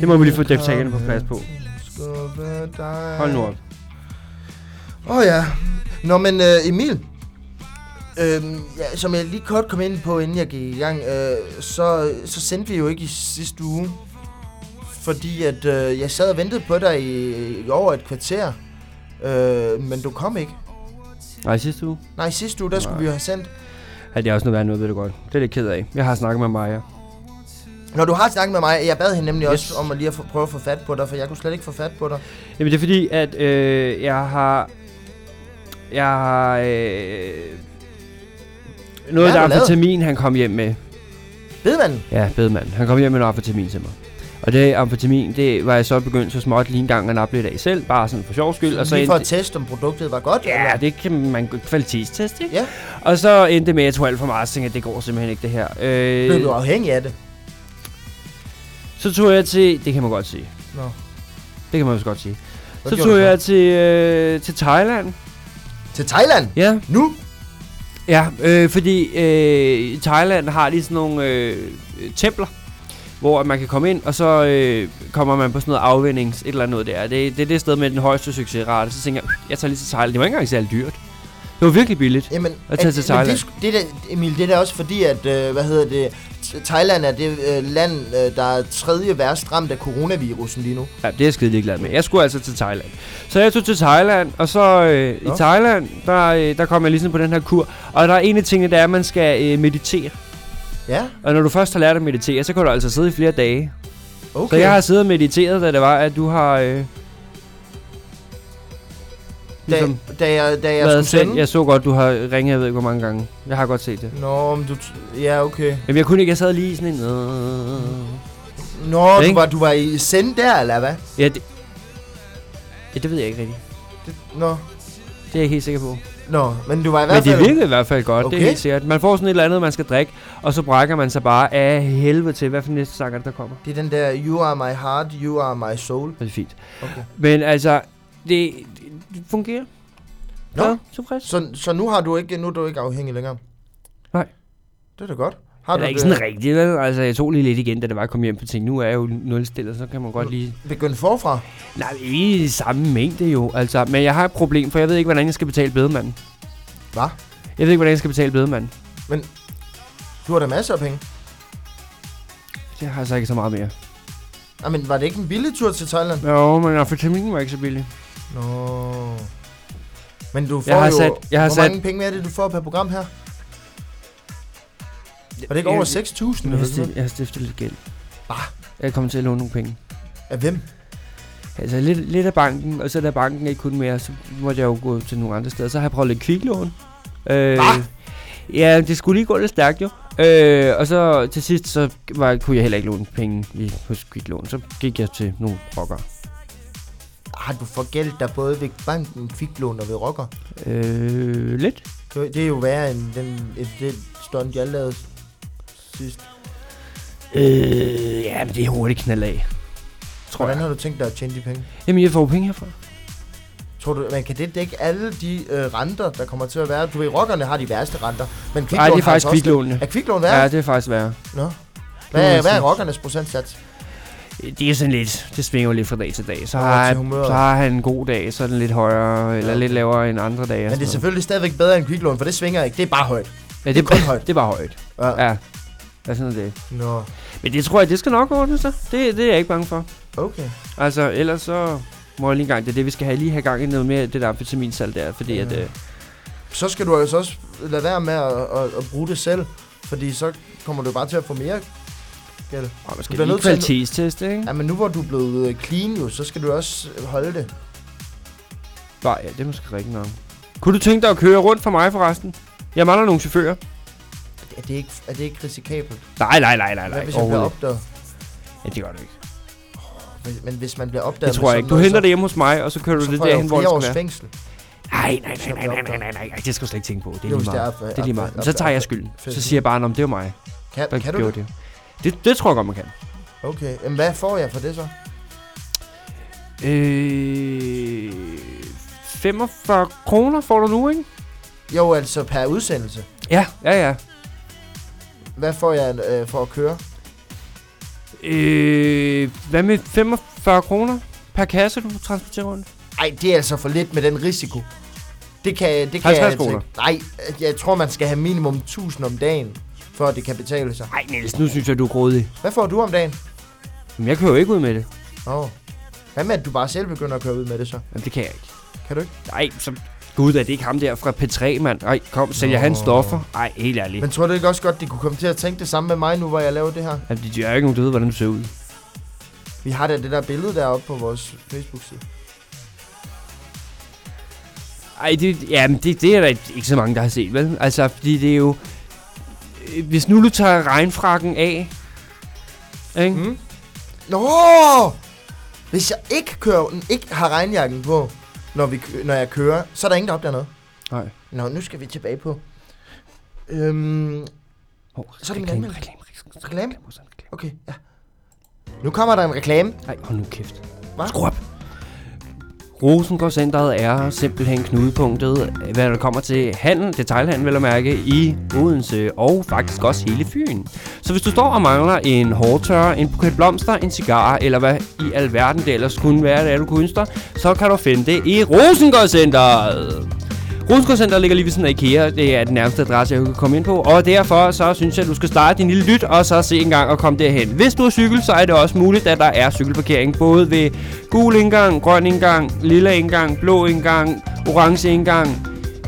S2: Det må vi lige få deltagerne på plads på. Hold nu op.
S3: Åh oh, ja. Nå, men øh, Emil. Øhm, ja, som jeg lige kort kom ind på, inden jeg gik i gang, øh, så, så sendte vi jo ikke i sidste uge. Fordi at øh, jeg sad og ventede på dig i, i over et kvarter. Øh, men du kom ikke.
S2: Nej, sidste uge
S3: Nej, sidste uge, der skulle
S2: Nej.
S3: vi jo have sendt.
S2: havde jeg også noget værd noget, ved du godt. Det er jeg lidt ked af. Jeg har snakket med Maja.
S3: Når du har snakket med mig, jeg bad hende nemlig yes.
S2: Yes.
S3: også om at lige at få, prøve at få fat på dig, for jeg kunne slet ikke få fat på dig.
S2: Jamen det er fordi, at øh, jeg har... Jeg har... Øh, noget
S3: Hvad
S2: af
S3: har du lavet?
S2: amfetamin, han kom hjem med.
S3: Ved man?
S2: Ja, bedemand. Han kom hjem med noget amfetamin til mig. Og det amfetamin, det var jeg så begyndt så småt lige en gang at nappe lidt af selv, bare sådan for sjov skyld. Og så
S3: Lige for
S2: endte-
S3: at teste, om produktet var godt?
S2: Altså, Ja, det kan man godt kvalitetsteste, ikke?
S3: Ja.
S2: Og så endte det med, at jeg tog alt for meget, og så tænkte, jeg, det går simpelthen ikke det her.
S3: Blev du
S2: Øh,
S3: afhængig af det?
S2: så tog jeg til, det kan man godt sige.
S3: Nå.
S2: Det kan man også godt sige.
S3: Hvad
S2: så
S3: gjorde
S2: tog
S3: du
S2: jeg til, øh, til Thailand.
S3: Til Thailand?
S2: Ja,
S3: Nu?
S2: ja øh, fordi øh, i Thailand har de sådan nogle øh, templer, hvor man kan komme ind, og så øh, kommer man på sådan noget afvindings, et eller andet noget der. Det, det er det sted med den højeste succesrate. Så tænker jeg, jeg tager lige til Thailand. Det var ikke engang særlig dyrt. Det var virkelig billigt.
S3: Jamen,
S2: Og tage til
S3: men
S2: Thailand.
S3: Det, sku- det der, Emil, det er da også fordi, at, øh, hvad hedder det, Th- Thailand er det øh, land, øh, der er tredje værst ramt af coronavirusen lige nu.
S2: Ja, det er jeg skide ligeglad med. Jeg skulle altså til Thailand. Så jeg tog til Thailand, og så øh, i
S3: Nå.
S2: Thailand, der, øh, der kom jeg ligesom på den her kur. Og der er en af tingene, der er, at man skal øh, meditere.
S3: Ja,
S2: Og når du først har lært at meditere, så kan du altså sidde i flere dage.
S3: okay.
S2: Okay. Så jeg har siddet og mediteret, da det var, at du har... Øh,
S3: da,
S2: ligesom
S3: da jeg, da jeg
S2: været
S3: skulle
S2: sendt.
S3: sende...
S2: Jeg så godt, du har ringet, jeg ved ikke, hvor mange gange. Jeg har godt set det.
S3: Nå, men du... t- Ja, okay.
S2: Jamen, jeg kunne ikke, jeg sad lige i sådan en... Øh,
S3: Nå, du
S2: Ikke?
S3: var, du var i send der, eller hvad?
S2: ja, det, ja, det ved jeg ikke rigtigt.
S3: Det, nå.
S2: Det er jeg ikke helt sikker på.
S3: Nå, men du var i
S2: Men
S3: hvert fald...
S2: det virkede i hvert fald godt, okay. det
S3: Okay.
S2: er helt sikkert. Man får sådan et eller andet, man skal drikke, og så brækker man sig bare af helvede til, hvad for næste sang er det, der kommer.
S3: Det er den der, you are my heart, you are my soul.
S2: Og Det er fint.
S3: Okay.
S2: Men altså, det, det- det fungerer.
S3: Nå.
S2: Ja, tilfreds.
S3: Så, så nu har du ikke, nu er du ikke afhængig længere?
S2: Nej.
S3: Det er da godt.
S2: Har
S3: Har
S2: det
S3: du
S2: er ikke sådan rigtigt, vel? Altså, jeg tog lige lidt igen, da det var kommet hjem på ting. Nu er jeg jo nulstillet, så kan man
S3: Mm.
S2: godt lige...
S3: Begynd forfra.
S2: Nej, ikke i samme mængde jo, altså. Men jeg har et problem, for jeg ved ikke, hvordan jeg skal betale bedemanden.
S3: Hvad?
S2: Jeg ved ikke, hvordan jeg skal betale bedemanden.
S3: Du har da masser af penge.
S2: Det har jeg så ikke så meget mere.
S3: Ej, Ah, men var det ikke en billig tur til Thailand?
S2: Jo, men amfetaminen var ikke så billig.
S3: Nå. Men du får
S2: Jeg har
S3: jo...
S2: sat- jeg har
S3: hvor
S2: sat-
S3: mange penge er det, du får per program her? Var det ikke
S2: Jeg-
S3: over
S2: jeg-
S3: 6.000?
S2: Øh, Jeg har,
S3: eller sådan
S2: stiftet,
S3: noget?
S2: jeg har stiftet lidt gæld.
S3: Bah.
S2: Jeg kommer til at låne nogle penge.
S3: Af hvem?
S2: Altså lidt, lidt af banken, og så da banken ikke kunne mere, så måtte jeg jo gå til nogle andre steder. Så har jeg prøvet lidt kviklån. Øh,
S3: Hva?
S2: ja, det skulle lige gå lidt stærkt jo. Øh, og så til sidst, så var, kunne jeg heller ikke låne penge i, hos kviklån. Så gik jeg til nogle rockere.
S3: Har Ah, du får gæld der både ved banken, fiklån og ved rocker?
S2: Øh, lidt.
S3: Det er- Det er jo værre end den, end det stunt, jeg lavede sidst.
S2: Øh, ja, men det er hurtigt knald af. Tror
S3: Hvordan
S2: jeg.
S3: har du tænkt dig at tjene de penge?
S2: Jamen, jeg får jo penge herfra.
S3: Tror du, man kan det dække alle de øh, renter, der kommer til at være? Du ved, rockerne har de værste renter, men kviklån
S2: Nej, det er
S3: har
S2: faktisk
S3: altså også-
S2: kviklånene.
S3: Er kviklån værre?
S2: Ja, det er faktisk værre.
S3: Nå.
S2: Det må
S3: Hvad,
S2: jeg
S3: er, hvad er
S2: sige.
S3: rockernes procentsats?
S2: Det er sådan lidt, det svinger jo lidt fra dag til dag. Så
S3: Over
S2: har,
S3: til
S2: han,
S3: humøret.
S2: så har han en god dag, så er den lidt højere, eller
S3: Ja,
S2: ja,
S3: okay.
S2: lidt lavere end andre dage. og
S3: Men det er
S2: sådan noget.
S3: selvfølgelig stadigvæk bedre end kviklån, for det svinger ikke. Det er bare højt.
S2: ja,
S3: det er kun
S2: højt.
S3: højt.
S2: Det er bare højt.
S3: Ja.
S2: Ja. Ja, sådan er det.
S3: Nå,
S2: Men det tror jeg, det skal nok ordne sig. Det, det er jeg ikke bange for.
S3: okay.
S2: Altså, ellers så må jeg lige engang, det er det, vi skal have, lige have gang i noget mere af det der amfetaminsalt der, fordi
S3: Ja.
S2: at... Øh,
S3: Så skal du altså også lade være med at, at, at bruge det selv, fordi så kommer du jo bare til at få mere gæld.
S2: åh, man skal
S3: bliver
S2: lige
S3: nødt til at-
S2: kvalitetsteste, ikke?
S3: Ja, men nu hvor du er blevet øh, clean jo, så skal du også holde det.
S2: Nej, ja, det er måske rigtigt nok. Kunne du tænke dig at køre rundt for mig forresten? Jeg mangler nogle chauffører.
S3: Er det ikke, er det ikke risikabelt?
S2: Nej, nej, nej, nej,
S3: Hvad
S2: nej.
S3: hvis jeg bliver
S2: overhovedet
S3: opdaget?
S2: ikke. Ja, det gør du ikke.
S3: Hvis- Men hvis man bliver opdaget...
S2: Det tror jeg ikke. Du henter det hjemme hos mig, og så kører du det derhen, hvor det skal være.
S3: fængsel.
S2: Nej, nej, nej, nej, nej, nej, nej, nej, nej, det skal du slet ikke tænke på. Det er
S3: Jo,
S2: lige
S3: hvis det
S2: meget.
S3: er for-
S2: Det er lige meget.
S3: for-
S2: Men Så
S3: for-
S2: tager jeg
S3: for-
S2: skylden.
S3: for-
S2: Så siger jeg bare, om det var mig,
S3: Kan,
S2: der
S3: kan du det?
S2: gjorde det. Det, det tror jeg godt, man kan.
S3: Okay, Jamen, hvad får jeg for det så?
S2: Øh, 45 kroner får du nu, ikke?
S3: Jo, altså per udsendelse.
S2: Ja, ja, ja.
S3: Hvad får jeg øh, for at køre?
S2: Øh, hvad med 45 kroner per kasse, du transporterer rundt?
S3: Ej, det er altså for lidt med den risiko. Det kan, det kan
S2: 50
S3: jeg altså
S2: kroner.
S3: ikke. Nej, jeg tror, man skal have minimum 1000 om dagen, for at det kan betale sig.
S2: Nej, Niels, nu synes jeg, du er grådig.
S3: Hvad får du om dagen?
S2: Men jeg kører jo ikke ud med det.
S3: Åh. Oh. Hvad med, at du bare selv begynder at køre ud med det så?
S2: Jamen, det kan jeg ikke.
S3: Kan du ikke?
S2: Nej, så... Gud, er det ikke ham der fra P3, mand? Ej, kom, sælger
S3: Nå.
S2: han stoffer? Ej, helt ærligt.
S3: Men tror du ikke også godt, de kunne komme til at tænke det samme med mig nu, hvor jeg laver det her?
S2: Jamen, det er jo ikke nogen, der ved, hvordan du ser ud.
S3: Vi har da det der billede deroppe på vores Facebook-side.
S2: Ej, det, jamen, det, det er der ikke ikke så mange, der har set, vel? Altså, fordi det er jo... Øh, Hvis nu du tager regnfrakken af... Ikke? Mm.
S3: Nå! Hvis jeg ikke, kører, ikke har regnjakken på, når, vi, kø- når jeg kører, så er der ingen, der opdager noget.
S2: Nej.
S3: Nå, nu skal vi tilbage på. Øhm,
S2: Oh,
S3: Så er det min anmeldelse.
S2: reklame, reklame,
S3: Reklame?
S2: reklame, reklame.
S3: okay, ja. Nu kommer der en reklame.
S2: Ej, hold nu kæft.
S3: Hva?
S2: Skru op. Rosengård Centeret er simpelthen knudepunktet, hvad der kommer til handel, detailhandel vel at mærke, i Odense og faktisk også hele Fyn. Så hvis du står og mangler en hårtørre, en buket blomster, en cigar eller hvad i alverden det ellers kunne være, det er du kunne ønske dig, så kan du finde det i Rosengård Centeret. Rosengård Center ligger lige ved siden af IKEA. Det er den nærmeste adresse, jeg kan komme ind på. Og derfor så synes jeg, at du skal starte din lille lyt og så se en gang og komme derhen. Hvis du har cykel, så er det også muligt, at der er cykelparkering både ved gul indgang, grøn indgang, lilla indgang, blå indgang, orange indgang.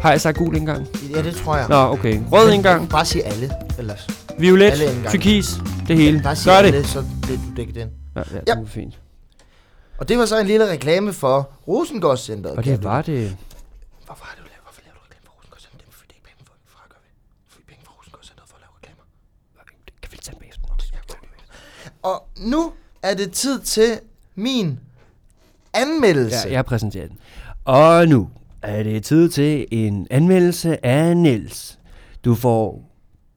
S2: Har jeg sagt gul indgang?
S3: Ja, det tror jeg.
S2: Nå, okay. Rød indgang,
S3: Bare sig alle, ellers.
S2: violet,
S3: Alle indgange.
S2: turkis, det hele.
S3: Bare sig
S2: Gør
S3: alle,
S2: det.
S3: så bliver du dækket ind.
S2: Ja, ja,
S3: Ja.
S2: det var fint.
S3: Og det var så en lille reklame for Rosengårdscenteret.
S2: Og
S3: kære
S2: det var det.
S3: Hvorfor har du lavet, hvorfor laver du reklame for Rosengårdscenteret? Det får vi ikke penge for, fra, gør vi. Får vi penge for Rosengårdscenteret for at lave reklamer?
S2: Det kan vi tage bagefter.
S3: Og nu er det tid til min anmeldelse.
S2: Ja, jeg præsenterer den. Og nu er det tid til en anmeldelse af Niels. Du får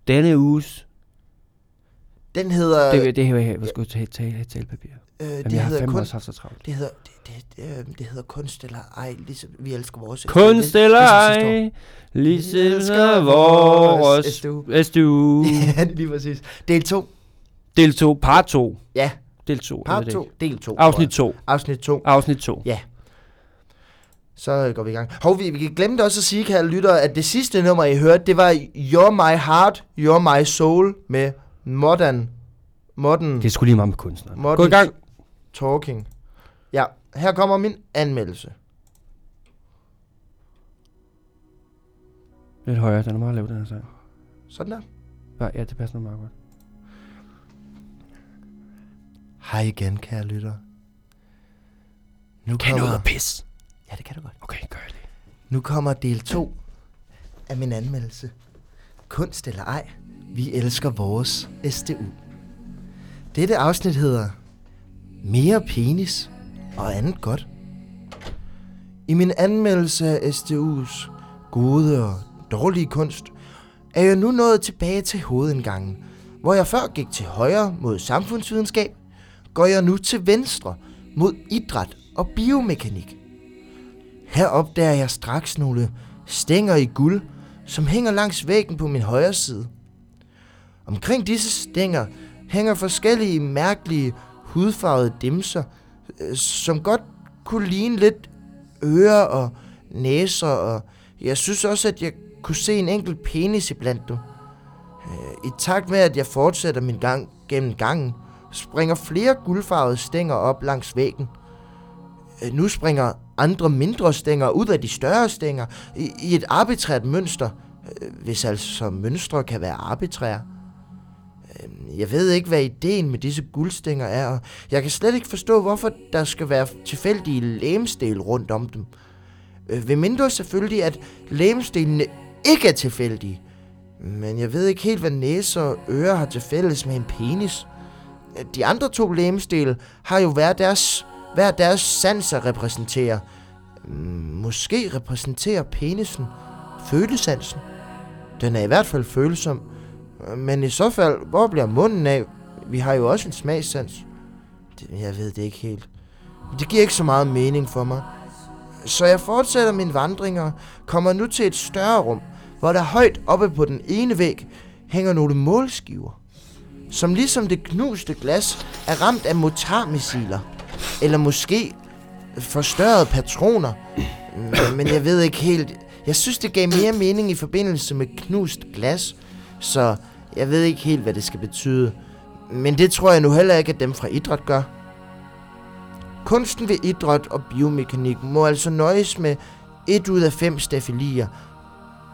S2: denne uges...
S3: Den hedder...
S2: Øh, det, det her, her, jeg skulle tale, tale, tale papir.
S3: øh,
S2: Jamen,
S3: det
S2: jeg har
S3: hedder
S2: fandme
S3: kun,
S2: også haft så travlt.
S3: det hedder, det, det, øh, det hedder kunst eller ej, ligesom vi elsker vores...
S2: Kunst
S3: det-
S2: eller
S3: ligesom sidste år.
S2: ej, ligesom
S3: elsker
S2: vores
S3: vores SDU.
S2: SDU.
S3: Ja, lige præcis. Del 2.
S2: Del 2, part 2.
S3: Ja,
S2: Del 2.
S3: part 2. Del 2.
S2: Afsnit 2.
S3: Afsnit 2.
S2: Afsnit 2.
S3: Ja. Så øh, går vi i gang. Hov, vi, vi glemte også at sige, kære lytter, at det sidste nummer, I hørte, det var You're My Heart, You're My Soul med Modern, modern
S2: Det er sgu lige meget med kunstneren.
S3: Morten-
S2: Gå i gang.
S3: Talking. Ja, her kommer min anmeldelse.
S2: Lidt højere, den er meget lav, den her sang.
S3: Sådan der.
S2: Ja, Ja, det passer nok meget godt.
S3: Hej igen, kære lytter. Nu
S2: Kan
S3: kommer,
S2: noget at pisse?
S3: Ja, det kan du godt.
S2: Okay, gør det.
S3: Nu kommer del 2 af min anmeldelse. Kunst eller ej, vi elsker vores SDU. Dette afsnit hedder Mere penis og andet godt. I min anmeldelse af SDU's gode og dårlige kunst, er jeg nu nået tilbage til hovedindgangen. Hvor jeg før gik til højre mod samfundsvidenskab, går jeg nu til venstre mod idræt og biomekanik. Her opdager jeg straks nogle stænger i guld, som hænger langs væggen på min højre side. Omkring disse stænger hænger forskellige mærkelige hudfarvede dimser, øh, som godt kunne ligne lidt ører og næser, og jeg synes også, at jeg kunne se en enkelt penis iblandt dem. Øh, i takt med, at jeg fortsætter min gang gennem gangen, springer flere guldfarvede stænger op langs væggen. Øh, Nu springer andre mindre stænger ud af de større stænger i, i et arbitrært mønster, øh, hvis altså mønstre kan være arbitrære. Øh, Jeg ved ikke, hvad ideen med disse guldstænger er, og jeg kan slet ikke forstå, hvorfor der skal være tilfældige læmstel rundt om dem. Øh, Ved mindre selvfølgelig, at læmstelene ikke er tilfældige. Men jeg ved ikke helt, hvad næse og ører har til fælles med en penis. Øh, De andre to læmstele har jo hver deres, hver deres sans at repræsentere. Mm, Måske repræsenterer penisen følesansen. Den er i hvert fald følsom. Øh, Men i så fald, hvor bliver munden af? Vi har jo også en smagssans. Det- Jeg ved det ikke helt. Det giver ikke så meget mening for mig. Så jeg fortsætter mine vandringer og kommer nu til et større rum, hvor der højt oppe på den ene væg hænger nogle målskiver, som ligesom det knuste glas er ramt af motarmissiler, eller måske forstørrede patroner. Men- Men jeg ved ikke helt. Jeg synes, det gav mere mening i forbindelse med knust glas, så jeg ved ikke helt, hvad det skal betyde. Men det tror jeg nu heller ikke, at dem fra idræt gør. Kunsten ved idræt og biomekanik må altså nøjes med et ud af fem stafelier.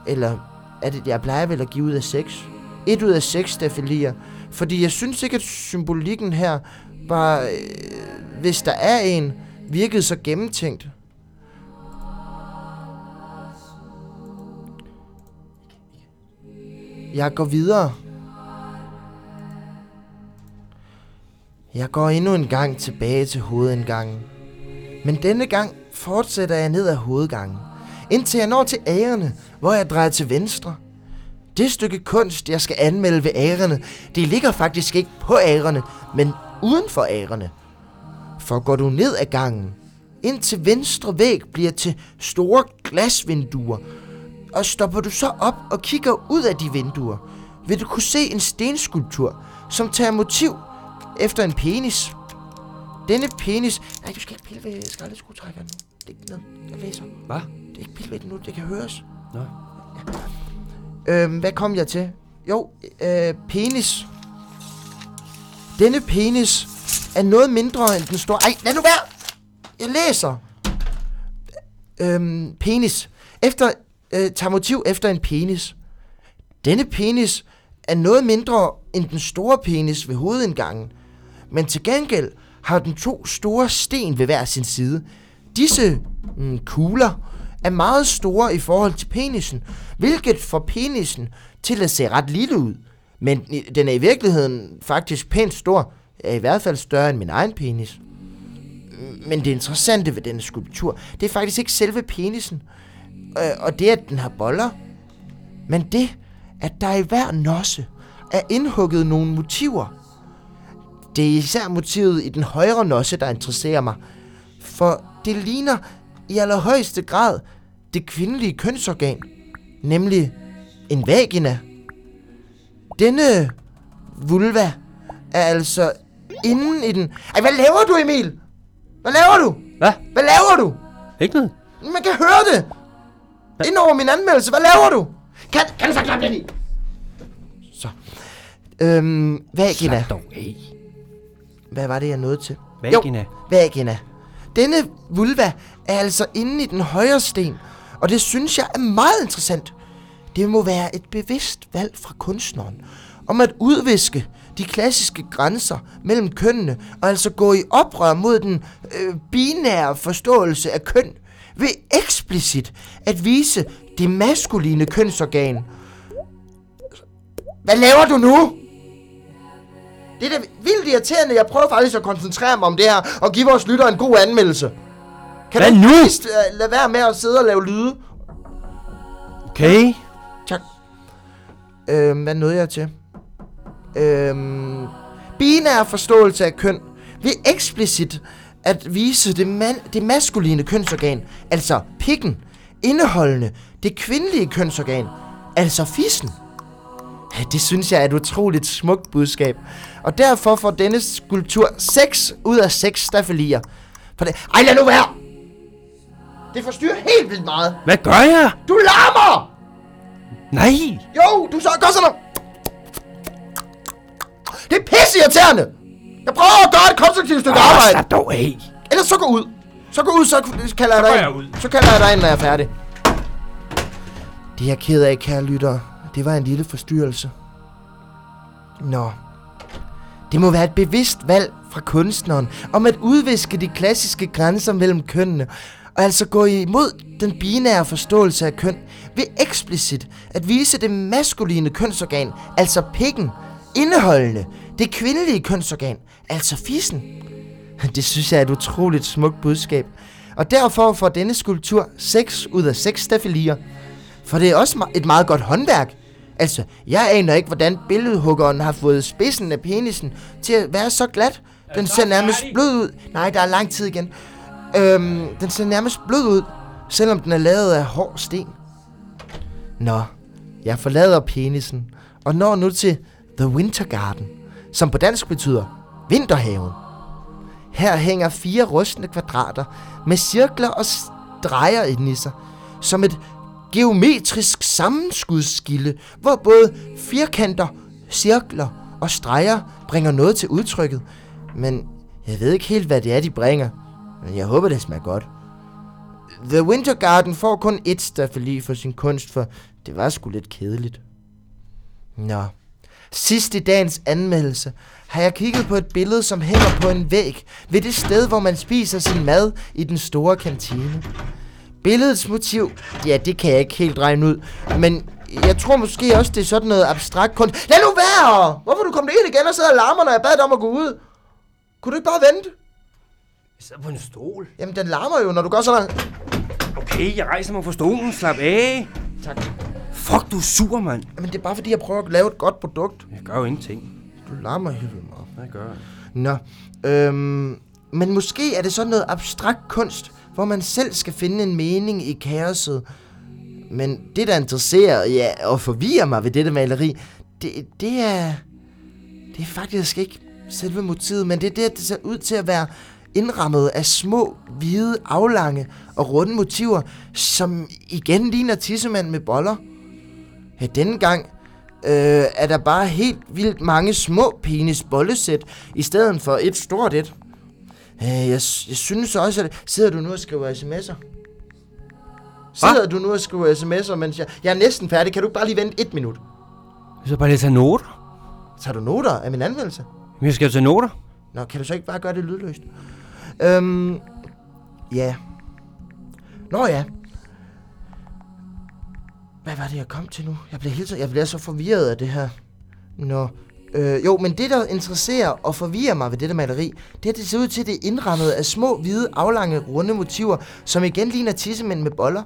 S3: Eller er det, jeg plejer vel at give ud af 6? Et ud af seks stafelier. Fordi jeg synes ikke, at symbolikken her bare, øh, hvis der er en, virkede så gennemtænkt. Jeg går videre. Jeg går endnu en gang tilbage til hovedindgangen. Men denne gang fortsætter jeg ned ad hovedgangen, indtil jeg når til ærerne, hvor jeg drejer til venstre. Det stykke kunst, jeg skal anmelde ved ærerne, det ligger faktisk ikke på ærerne, men uden for ærerne. For går du ned ad gangen, ind til venstre væg bliver til store glasvinduer, og stopper du så op og kigger ud af de vinduer, vil du kunne se en stenskulptur, som tager motiv efter en penis. Denne penis... Nej, du skal ikke pille ved skraldeskruetrækkeren nu. Det er ikke noget, jeg læser.
S2: Hvad?
S3: Det er ikke pille ved den nu, det kan høres.
S2: Nå.
S3: Øhm, hvad kom jeg til? Jo, øh, penis. Denne penis er noget mindre end den store... Ej, lad nu være! Jeg læser. Øhm, penis. Efter, øh, tager motiv efter en penis. Denne penis er noget mindre end den store penis ved hovedindgangen. Men til gengæld har den to store sten ved hver sin side. Disse mm, kugler er meget store i forhold til penisen, hvilket får penisen til at se ret lille ud. Men i- den er i virkeligheden faktisk pænt stor, er i hvert fald større end min egen penis. M- Men det interessante ved denne skulptur, det er faktisk ikke selve penisen, øh, og det at den har boller, men det, at der i hver nosse er indhugget nogle motiver, det er især motivet i den højre nosse, der interesserer mig. For det ligner i allerhøjeste grad det kvindelige kønsorgan, nemlig en vagina. Denne vulva er altså inden i den... Ej, hvad laver du, Emil? Hvad laver du?
S2: Hvad?
S3: Hvad laver du?
S2: Ikke noget?
S3: Man kan høre det! Ind over min anmeldelse, hvad laver du? Kan, kan du så klappe den i? Så. Øhm, vagina.
S2: Slap dog af.
S3: Hvad var det, jeg nåede til?
S2: Vagina.
S3: Jo, vagina. Denne vulva er altså inde i den højre sten, og det synes jeg er meget interessant. Det må være et bevidst valg fra kunstneren om at udviske de klassiske grænser mellem kønnene, og altså gå i oprør mod den øh, binære forståelse af køn, ved eksplicit at vise det maskuline kønsorgan. Hvad laver du nu? Det er da vildt irriterende. Jeg prøver faktisk at koncentrere mig om det her, og give vores lytter en god anmeldelse. Kan
S2: Hvad
S3: du
S2: nu?
S3: ikke Please, øh, lade være med at sidde og lave lyde?
S2: Okay.
S3: Tak. Øhm, hvad nåede jeg til? Øhm, binær forståelse af køn ved eksplicit at vise det, man- det maskuline kønsorgan, altså pikken, indeholdende det kvindelige kønsorgan, altså fissen. Ja, det synes jeg er et utroligt smukt budskab. Og derfor får denne skulptur 6 ud af 6 stafelier. For det... Ej, lad nu være! Det forstyrrer helt vildt meget.
S2: Hvad gør jeg?
S3: Du larmer!
S2: Nej.
S3: Jo, du så gør sådan noget. Det er pisse irriterende. Jeg prøver at gøre et konstruktivt stykke
S2: Åh,
S3: arbejde.
S2: slap dog af.
S3: Ellers så gå ud. Så gå ud, så kalder jeg
S2: går
S3: dig
S2: jeg
S3: ind. Så kalder jeg dig ind, når jeg er færdig. Det er jeg ked af, kære lyttere. Det var en lille forstyrrelse. Nå. Det må være et bevidst valg fra kunstneren om at udviske de klassiske grænser mellem kønnene, og altså gå imod den binære forståelse af køn ved eksplicit at vise det maskuline kønsorgan, altså pikken, indeholdende det kvindelige kønsorgan, altså fissen. Det synes jeg er et utroligt smukt budskab. Og derfor får denne skulptur 6 ud af 6 stafelier. For det er også me- et meget godt håndværk. Altså, jeg aner ikke, hvordan billedhuggeren har fået spidsen af penisen til at være så glat. Den ser nærmest blød ud. Nej, der er lang tid igen. Øhm, den ser nærmest blød ud, selvom den er lavet af hård sten. Nå, jeg forlader penisen og når nu til The Winter Garden, som på dansk betyder vinterhaven. Her hænger fire rustne kvadrater med cirkler og streger inde i sig, som et geometrisk sammenskudskilde, hvor både firkanter, cirkler og streger bringer noget til udtrykket. Men jeg ved ikke helt, hvad det er, de bringer. Men jeg håber, det smager godt. The Winter Garden får kun et stafeli for sin kunst, for det var sgu lidt kedeligt. Nå. Sidst i dagens anmeldelse har jeg kigget på et billede, som hænger på en væg ved det sted, hvor man spiser sin mad i den store kantine. Billedets motiv, ja, det kan jeg ikke helt regne ud, men jeg tror måske også, det er sådan noget abstrakt kunst. Lad nu være! Hvorfor er du kom ind igen og sidder og larmer, når jeg bad dig om at gå ud? Kunne du ikke bare vente?
S2: Jeg sidder på en stol.
S3: Jamen, den larmer jo, når du gør sådan.
S2: Okay, jeg rejser mig fra stolen. Slap af.
S3: Tak.
S2: Fuck, du er sur, mand.
S3: Jamen, det er bare fordi, jeg prøver at lave et godt produkt.
S2: Jeg gør jo ingenting.
S3: Du larmer helt vildt meget.
S2: Hvad gør jeg?
S3: Nå, øhm, men måske er det sådan noget abstrakt kunst, hvor man selv skal finde en mening i kaoset. Men det, der interesserer ja, og forvirrer mig ved dette maleri, det, det er... Det er faktisk ikke selve motivet, men det er det, at det ser ud til at være indrammet af små, hvide, aflange og runde motiver, som igen ligner tissemand med boller. Ja, denne gang øh, er der bare helt vildt mange små penis bollesæt, i stedet for et stort et. Øh, jeg, s- jeg synes også, at... Sidder du nu og skriver sms'er? Sidder du nu og skriver sms'er, mens jeg... Jeg er næsten færdig. Kan du ikke bare lige vente et minut?
S2: Jeg skal bare lige tage noter.
S3: Tager du noter af min anmeldelse?
S2: Men jeg skal jo tage noter.
S3: Nå, kan du så ikke bare gøre det lydløst? Øhm, ja. Nå ja. Hvad var det, jeg kom til nu? Jeg blev helt så, jeg blev så forvirret af det her. Nå. Øh, jo, men det, der interesserer og forvirrer mig ved dette maleri, det er, at det ser ud til, at det er indrammet af små, hvide, aflange, runde motiver, som igen ligner tissemænd med boller.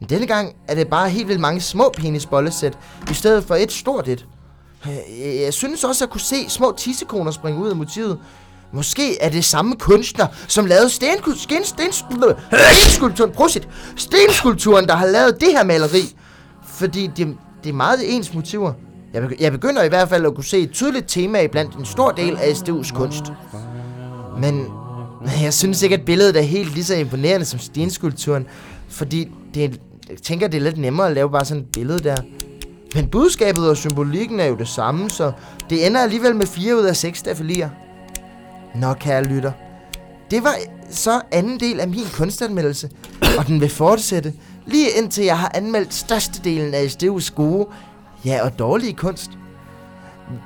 S3: Men denne gang er det bare helt vildt mange små penisbollesæt, i stedet for et stort et. Øh, Jeg synes også, at jeg kunne se små tissekoner springe ud af motivet. Måske er det samme kunstner, som lavede stenku- skin- sten- stenskulpturen, prosit, stenskulpturen, der har lavet det her maleri. Fordi det, det er meget ens motiver. Jeg, begy- jeg begynder i hvert fald at kunne se et tydeligt tema i blandt en stor del af SDU's kunst. Men jeg synes ikke, at billedet er helt lige så imponerende som stenskulpturen. Fordi det er, jeg tænker, det er lidt nemmere at lave bare sådan et billede der. Men budskabet og symbolikken er jo det samme, så det ender alligevel med 4 ud af 6 stafelier. Nå, kære lytter. Det var så anden del af min kunstanmeldelse, og den vil fortsætte, lige indtil jeg har anmeldt størstedelen af SDU's gode, ja og dårlige kunst.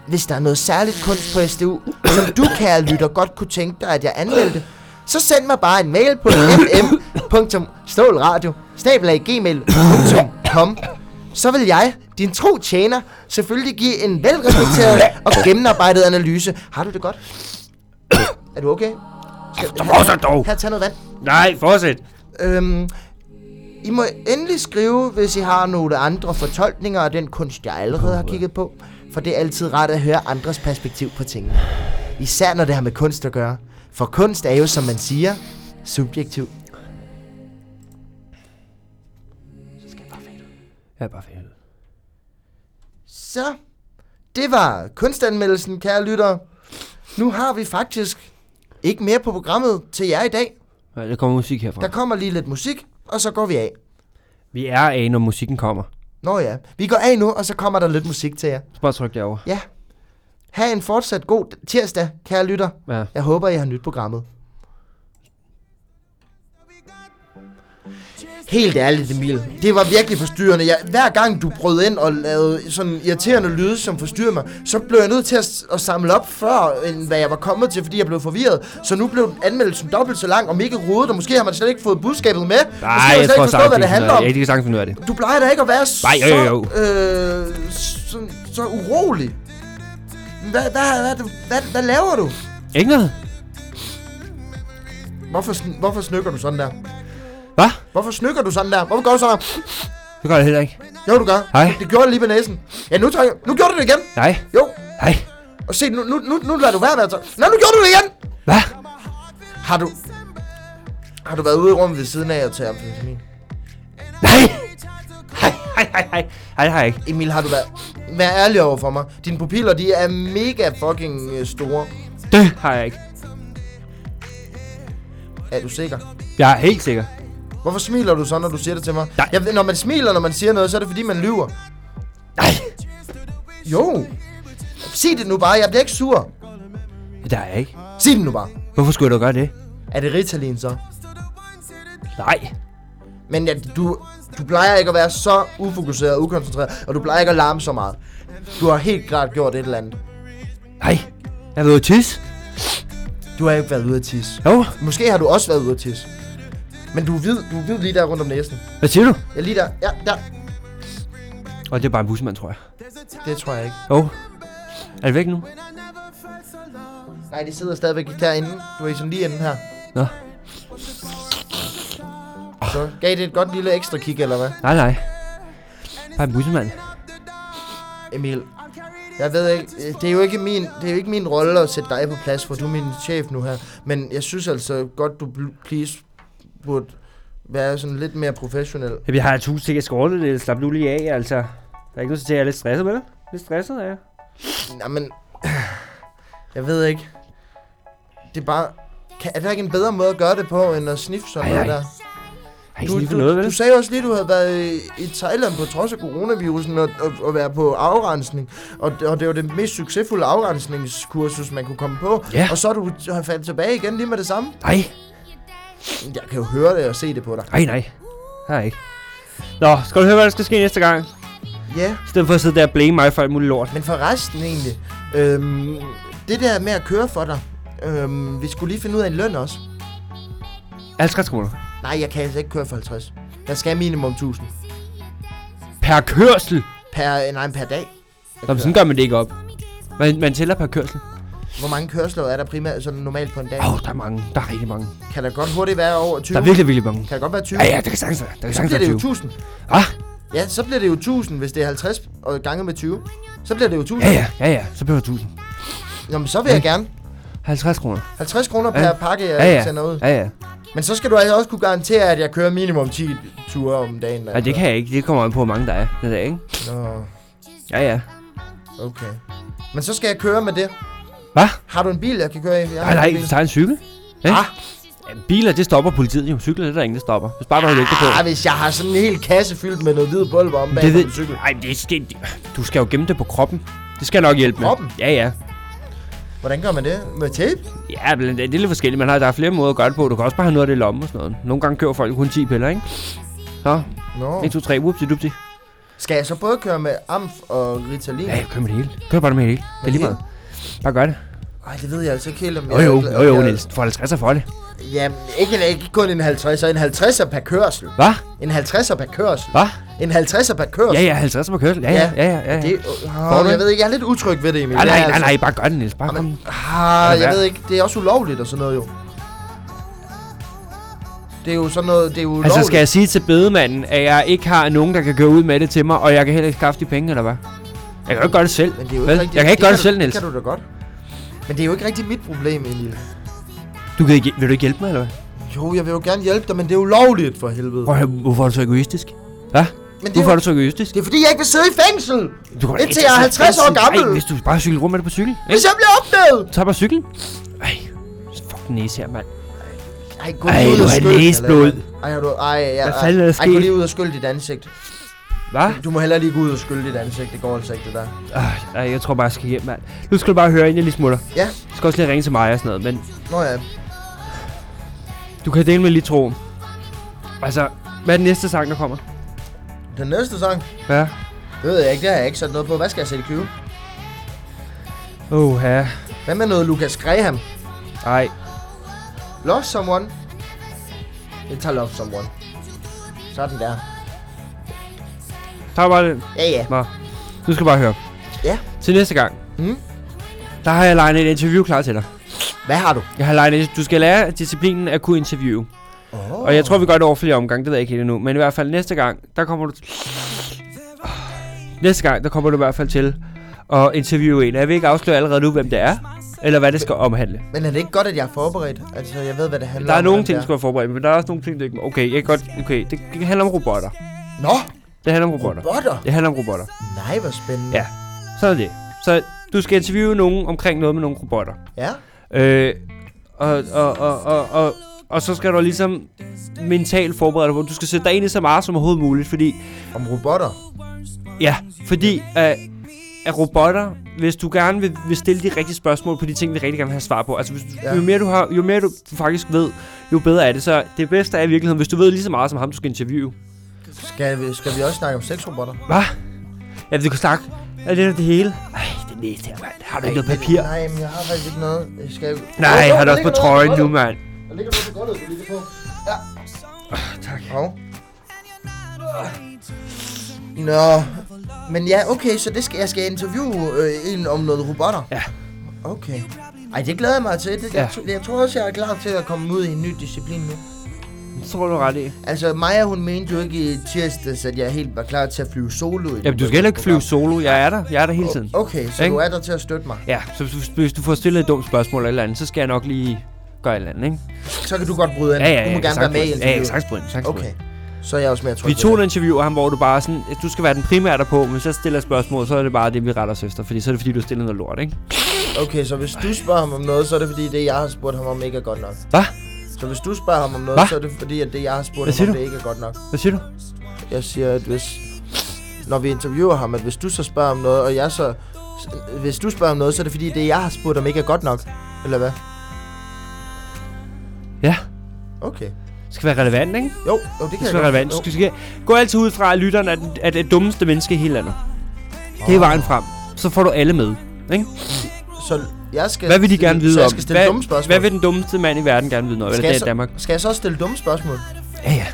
S3: Hvis der er noget særligt kunst på SDU, som du, kære lytter, godt kunne tænke dig, at jeg anmeldte, så send mig bare en mail på mm.stålradio.gmail.com så vil jeg, din tro tjener, selvfølgelig give en velreflekteret og gennemarbejdet analyse. Har du det godt? Er du okay?
S2: Så fortsæt dog.
S3: Her, tag noget vand.
S2: Nej, fortsæt.
S3: Øhm, I må endelig skrive, hvis I har nogle andre fortolkninger af den kunst, jeg allerede har kigget på. For det er altid rart at høre andres perspektiv på tingene. Især når det har med kunst at gøre. For kunst er jo, som man siger, subjektiv.
S2: Jeg er bare færdig.
S3: Så, det var kunstanmeldelsen, kære lyttere. Nu har vi faktisk ikke mere på programmet til jer i dag.
S2: Nej, Der kommer musik herfra.
S3: Der kommer lige lidt musik, og så går vi af.
S2: Vi er af, når musikken kommer.
S3: Nå ja, vi går af nu, og så kommer der lidt musik til jer.
S2: Så bare tryk derovre.
S3: Ja. Ha' en fortsat god tirsdag, kære lytter.
S2: Ja.
S3: Jeg håber, I har nyt programmet. Helt ærligt, Emil. Det var virkelig forstyrrende. Jeg, hver gang du brød ind og lavede sådan irriterende lyde, som forstyrrer mig, så blev jeg nødt til at, s- at samle op før, end hvad jeg var kommet til, fordi jeg blev forvirret. Så nu blev anmeldelsen dobbelt så lang og mega rodet, og måske har man slet ikke fået budskabet med. Måske
S2: Nej,
S3: har man
S2: jeg
S3: slet
S2: tror
S3: ikke forstået,
S2: sagtens,
S3: hvad det handler om.
S2: Ja, de kan sagtens finde ud af det.
S3: Du plejer da ikke at være så,
S2: Nej, jo, jo, jo.
S3: Øh, så, så urolig. Hvad, hvad, hvad, hvad, hvad, hvad laver du?
S2: Ikke noget?
S3: Hvorfor, sn- hvorfor snykker du sådan der?
S2: Hvad?
S3: Hvorfor snykker du sådan der? Hvorfor gør du sådan der?
S2: Det gør jeg heller ikke.
S3: Jo, du gør.
S2: Hej.
S3: Det gjorde jeg lige ved næsen. Ja, nu, tager jeg, nu gjorde du det igen.
S2: Nej.
S3: Jo.
S2: Nej.
S3: Og se, nu, nu, nu, nu lader du være med at tage. Nej, nu gjorde du det igen.
S2: Hvad?
S3: Har du... Har du været ude i rummet ved siden af og taget amfetamin?
S2: Nej! Hej, hej, hej, hej. Hej, det har jeg ikke.
S3: Emil, har du været... Vær ærlig over for mig. Dine pupiller, de er mega fucking øh, store.
S2: Det har jeg ikke.
S3: Er du sikker?
S2: Jeg er helt sikker.
S3: Hvorfor smiler du så, når du siger det til mig?
S2: Nej.
S3: Jeg, ved- når man smiler, når man siger noget, så er det fordi, man lyver.
S2: Nej.
S3: Jo. Sig det nu bare. Jeg bliver ikke sur.
S2: Det har jeg ikke.
S3: Sig det nu bare.
S2: Hvorfor skulle jeg da gøre det?
S3: Er det Ritalin så?
S2: Nej.
S3: Men ja, du, du plejer ikke at være så ufokuseret og ukoncentreret, og du plejer ikke at larme så meget. Du har helt klart gjort et eller andet.
S2: Nej. Jeg ved tisse.
S3: Du har ikke været ude at tisse.
S2: Jo.
S3: Måske har du også været ude at tisse. Men du er hvid, du er hvid lige der rundt om næsen.
S2: Hvad siger du?
S3: Ja, lige der. Ja, der.
S2: Og det er bare en bussemand, tror jeg.
S3: Det tror jeg ikke.
S2: Jo. Er det væk nu?
S3: Nej, de sidder stadigvæk derinde. Du er i sådan lige inden her.
S2: Nå.
S3: Så gav det et godt lille ekstra kig, eller hvad?
S2: Nej, nej. Bare en bussemand.
S3: Emil, jeg ved ikke, øh, det er jo ikke min, det er jo ikke min rolle at sætte dig på plads, for du er min chef nu her. Men jeg synes altså godt, du bl- please burde være sådan lidt mere professionel.
S2: Jamen, jeg har tusind ting, jeg skal ordne det. Slap nu lige af, altså. Der er ikke noget til, at jeg er lidt stresset, vel? Lidt stresset er jeg.
S3: Nej, men jeg ved ikke. Det er bare, kan, er der ikke en bedre måde at gøre det på, end at sniffe sådan
S2: Ej,
S3: noget
S2: ej.
S3: der?
S2: Har ikke
S3: Du,
S2: lige for
S3: du,
S2: noget, vel?
S3: du sagde også lige, du havde været i, i Thailand på trods af coronavirusen og, og, og være på afrensning. Og, det- og det var det mest succesfulde afrensningskursus, man kunne komme på.
S2: Ja.
S3: Og så er du har faldet tilbage igen lige med det samme.
S2: Nej,
S3: Jeg kan jo høre det og se det på dig.
S2: nej, nej. Har jeg ikke. Nå, skal du høre, hvad der skal ske næste gang?
S3: Ja,
S2: I stedet for at sidde der og blame mig for alt muligt lort.
S3: men for resten egentlig. Øhm, det der med at køre for dig. Øhm, vi skulle lige finde ud af en løn også.
S2: 50 kroner.
S3: Nej, jeg kan altså ikke køre for 50. Jeg skal minimum 1000.
S2: Per kørsel.
S3: Per, øh, nej, per dag.
S2: Nå, men sådan gør man det ikke op. Man, man tæller per kørsel.
S3: Hvor mange kørsler er der primært sådan normalt på en dag?
S2: Åh, oh, der er mange. Der er rigtig mange.
S3: Kan der godt hurtigt være over 20?
S2: Der er virkelig, virkelig mange.
S3: Kan der godt være 20?
S2: Ja, ja, det kan sagtens være. Det kan
S3: Så
S2: sagtens
S3: bliver
S2: være
S3: det jo
S2: 20.
S3: 1000.
S2: Ah,
S3: Ja, så bliver det jo 1000, hvis det er 50 og gange med 20. Så bliver det jo 1000.
S2: ja, ja, ja, ja. Så bliver det 1000.
S3: Jamen, så vil jeg gerne.
S2: 50 kroner.
S3: 50 kroner
S2: Ja.
S3: per pakke, jeg
S2: Ja, ja.
S3: sender ud.
S2: Ja, ja.
S3: Men så skal du altså også kunne garantere, at jeg kører minimum 10 ture om dagen.
S2: Nej, det kan jeg ikke. Det kommer an på, hvor mange der er den dag, ikke?
S3: Nå,
S2: Ja, ja.
S3: okay. Men så skal jeg køre med det.
S2: Hvad?
S3: Har du en bil, jeg kan køre i? Jeg
S2: Nej,
S3: har en
S2: nej,
S3: bil.
S2: du tager en cykel. Ja.
S3: Ah.
S2: Ja, Biler, det stopper politiet jo. Cykler, det er der ingen, der stopper. Hvis bare du har lygter på.
S3: Ah, hvis jeg har sådan en hel kasse fyldt med noget hvid pulver om bag
S2: det
S3: på
S2: ved...
S3: min cykel.
S2: Ej, det skal... Du skal jo gemme det på kroppen. Det skal nok hjælpe med.
S3: Kroppen?
S2: Ja, ja.
S3: Hvordan gør man det? Med tape?
S2: Ja, men det er lidt forskelligt. Man har, der er flere måder at gøre det på. Du kan også bare have noget af det i lommen og sådan noget. Nogle gange kører folk kun 10 piller, ikke? Så,
S3: Nå.
S2: 1, 2, 3, whoopsie dupsi.
S3: Skal jeg så både køre med amf og ritalin?
S2: Ja, kør med det hele. Kør bare med det hele. Det er lige meget. Bare gør det.
S3: Ej, det ved jeg altså ikke helt om
S2: Jo,
S3: jeg...
S2: jo, jo, jo,
S3: jeg-
S2: Niels. Du får 50 for det.
S3: Jamen, ikke, ikke kun en 50'er. En 50'er per kørsel.
S2: Hvad?
S3: En 50'er per kørsel.
S2: Hvad?
S3: En 50'er per kørsel.
S2: Ja, ja, 50 på kørsel. Ja, ja, ja, ja. ja.
S3: Det,
S2: Får
S3: oh,
S2: du
S3: jeg
S2: det?
S3: ved ikke, jeg er lidt utryg ved det, Emil.
S2: Nej,
S3: Jeg
S2: nej,
S3: er
S2: nej,
S3: altså-
S2: nej, bare gør det, Niels. Bare kom.
S3: Ah, jeg
S2: Ja.
S3: ved ikke, det er også ulovligt og sådan noget jo. Det er jo sådan noget, det er jo ulovligt.
S2: Altså, skal jeg sige til bedemanden, at jeg ikke har nogen, der kan køre ud med det til mig, og jeg kan heller ikke skaffe de penge, eller hvad? Jeg kan jo ikke gøre det selv.
S3: Men det er jo
S2: vel?
S3: ikke rigtigt.
S2: Jeg kan ikke gøre det
S3: du-
S2: selv, Niels.
S3: Det kan du da godt. Men det er jo ikke rigtig mit problem, Emil.
S2: Du kan ikke, vil du ikke hjælpe mig, eller hvad?
S3: Jo, jeg vil jo gerne hjælpe dig, men det er ulovligt for helvede.
S2: Prøv at høre, hvorfor er du så egoistisk? Hvad?
S3: Men det er,
S2: Hvorfor
S3: jo,
S2: er du så egoistisk?
S3: det er fordi, jeg ikke vil sidde i fængsel,
S2: Du kan da
S3: Indtil
S2: ikke-
S3: jeg er 50 år gammel.
S2: Ej, hvis du bare cykler rundt med det på cykel.
S3: hvis jeg bliver opdaget.
S2: Tag bare cyklen. Ej, fuck næse her, mand.
S3: Ej, gå
S2: Ej,
S3: lige ud
S2: du
S3: og
S2: har
S3: skyld,
S2: næseblod.
S3: eller- Ej, har du... Ej, ja,
S2: Hvad fanden er der
S3: ej, gå
S2: sket?
S3: lige ud og skyld dit ansigt.
S2: Hvad?
S3: Du må heller lige gå ud og skylle dit ansigt. Det går altså ikke, det der.
S2: Øh, ej, jeg tror bare, jeg skal hjem, mand. Nu skal du bare høre, inden jeg lige smutter.
S3: Ja.
S2: Jeg skal også lige ringe til mig og sådan noget, men
S3: Nå ja.
S2: du kan dele med lige tro. Altså, hvad er den næste sang, der kommer?
S3: Den næste sang,
S2: Ja.
S3: det ved jeg ikke. Det har jeg ikke sat noget på. Hvad skal jeg sætte i købe?
S2: Åh, ja.
S3: Hvad med noget Lucas Graham?
S2: Ej.
S3: Love someone. Jeg tager love someone. Sådan der.
S2: Tag bare den.
S3: Ja, ja.
S2: Nå. Nu skal du bare høre.
S3: Ja.
S2: Til næste gang.
S3: Mm.
S2: Der har jeg legnet et interview klar til dig.
S3: Hvad har du?
S2: Jeg har legnet, du skal lære disciplinen at kunne interviewe.
S3: Oh.
S2: Og jeg tror, vi gør det over flere omgange, det ved jeg ikke helt endnu. Men i hvert fald næste gang, der kommer du... Næste gang, der kommer du i hvert fald til at interviewe en. Jeg vil ikke afsløre allerede nu, hvem det er, eller hvad det skal omhandle.
S3: Men er det ikke godt, at jeg er forberedt? Altså, jeg ved, hvad det handler
S2: Der
S3: om.
S2: er nogle
S3: den
S2: ting,
S3: der.
S2: du skal være forberedt, men der er også nogle ting, du ikke må. Okay, jeg kan godt... Okay, det det handler om robotter.
S3: Nå,
S2: Det handler om robotter.
S3: robotter.
S2: Det handler om robotter.
S3: Nej, hvor spændende.
S2: Ja. Sådan er det. Så du skal interviewe nogen omkring noget med nogle robotter.
S3: Ja?
S2: Øh, og, og, og, og, og, og så skal du ligesom mentalt forberede dig på, du skal sætte dig ind i så meget som overhovedet muligt, fordi,
S3: Om robotter.
S2: ja, fordi øh, at robotter, hvis du gerne vil, vil stille de rigtige spørgsmål på de ting, vi rigtig gerne vil have svar på, altså hvis,
S3: Ja.
S2: ja. jo mere, du, har, jo mere du, du faktisk ved, jo bedre er det, så det bedste er i virkeligheden, hvis du ved lige så meget som ham, du skal interviewe.
S3: Skal vi, skal vi også snakke om sexrobotter?
S2: Hvad? Ja, vi kan snakke. Er det det hele? Ej, det næste her, mand. Har du ikke noget papir?
S3: Nej, men jeg har faktisk ikke noget. Jeg skal...
S2: Nej,
S3: Jo, jo,
S2: har du
S3: der
S2: også på
S3: ligger noget
S2: trøjen nu,
S3: gulvet.
S2: mand.
S3: Der ligger noget på gulvet, du ligger på. Ja.
S2: Ah, tak.
S3: Hov. Nå. Men ja, okay, så det skal, jeg skal interviewe øh, en om noget robotter.
S2: Ja.
S3: Okay. Ej, det glæder jeg mig til. Det,
S2: Ja.
S3: ja. jeg, tr- jeg tror også, jeg er klar til at komme ud i en ny disciplin nu.
S2: Det tror du er ret i.
S3: Altså, Maja, hun mente jo ikke i tirsdags, at jeg helt var klar til at flyve solo. i
S2: Jamen,
S3: det
S2: du skal heller ikke flyve
S3: program.
S2: solo. Jeg er der. Jeg er der hele tiden.
S3: Okay, så
S2: Ikke?
S3: du er der til at støtte mig.
S2: Ja, så hvis, hvis du får stillet et dumt spørgsmål eller et eller andet, så skal jeg nok lige gøre et eller andet, ikke?
S3: Så kan du godt bryde ind.
S2: Ja, ja,
S3: du
S2: ja.
S3: må gerne være med
S2: Ja,
S3: i
S2: ja,
S3: interviewet.
S2: sagtens på den, sagtens på den.
S3: Okay, så er jeg også mere tryg
S2: Vi
S3: ved
S2: tog
S3: det.
S2: en interview af ham, hvor du bare sådan, at du skal være den primære der på, men så stiller jeg spørgsmål, så er det bare det, vi retter os efter, fordi så er det fordi, du stiller noget lort, ikke?
S3: Okay, så hvis du spørger ham om noget, så er det fordi, det jeg har spurgt ham om, ikke er godt nok.
S2: Hvad?
S3: Så hvis du spørger ham om noget,
S2: Hva?
S3: så er det fordi, at det jeg har spurgt
S2: Hvad
S3: ham om,
S2: siger du?
S3: det ikke er godt nok.
S2: Hvad siger du?
S3: Jeg siger, at hvis... Når vi interviewer ham, at hvis du så spørger om noget, og jeg så... Hvis du spørger om noget, så er det fordi, det jeg har spurgt om, ikke er godt nok. Eller hvad?
S2: Ja,
S3: Okay.
S2: det skal være relevant, ikke?
S3: Jo, jo det
S2: Det
S3: kan
S2: skal
S3: jeg
S2: være relevant.
S3: Jo.
S2: Skal, skal, gå altid ud fra, at lytteren er, den- er det dummeste menneske i hele landet. Det er
S3: Åh.
S2: vejen frem. Så får du alle med. Ikke?
S3: Så jeg skal
S2: Hvad vil de
S3: stille-
S2: gerne vide
S3: så jeg
S2: om?
S3: skal stille dumme
S2: Hvad,
S3: spørgsmål.
S2: hvad vil den dummeste mand i verden gerne vide om? Eller
S3: Skal
S2: det
S3: jeg
S2: er i
S3: så-
S2: Danmark.
S3: Skal jeg så stille dumme spørgsmål?
S2: Ja, ja.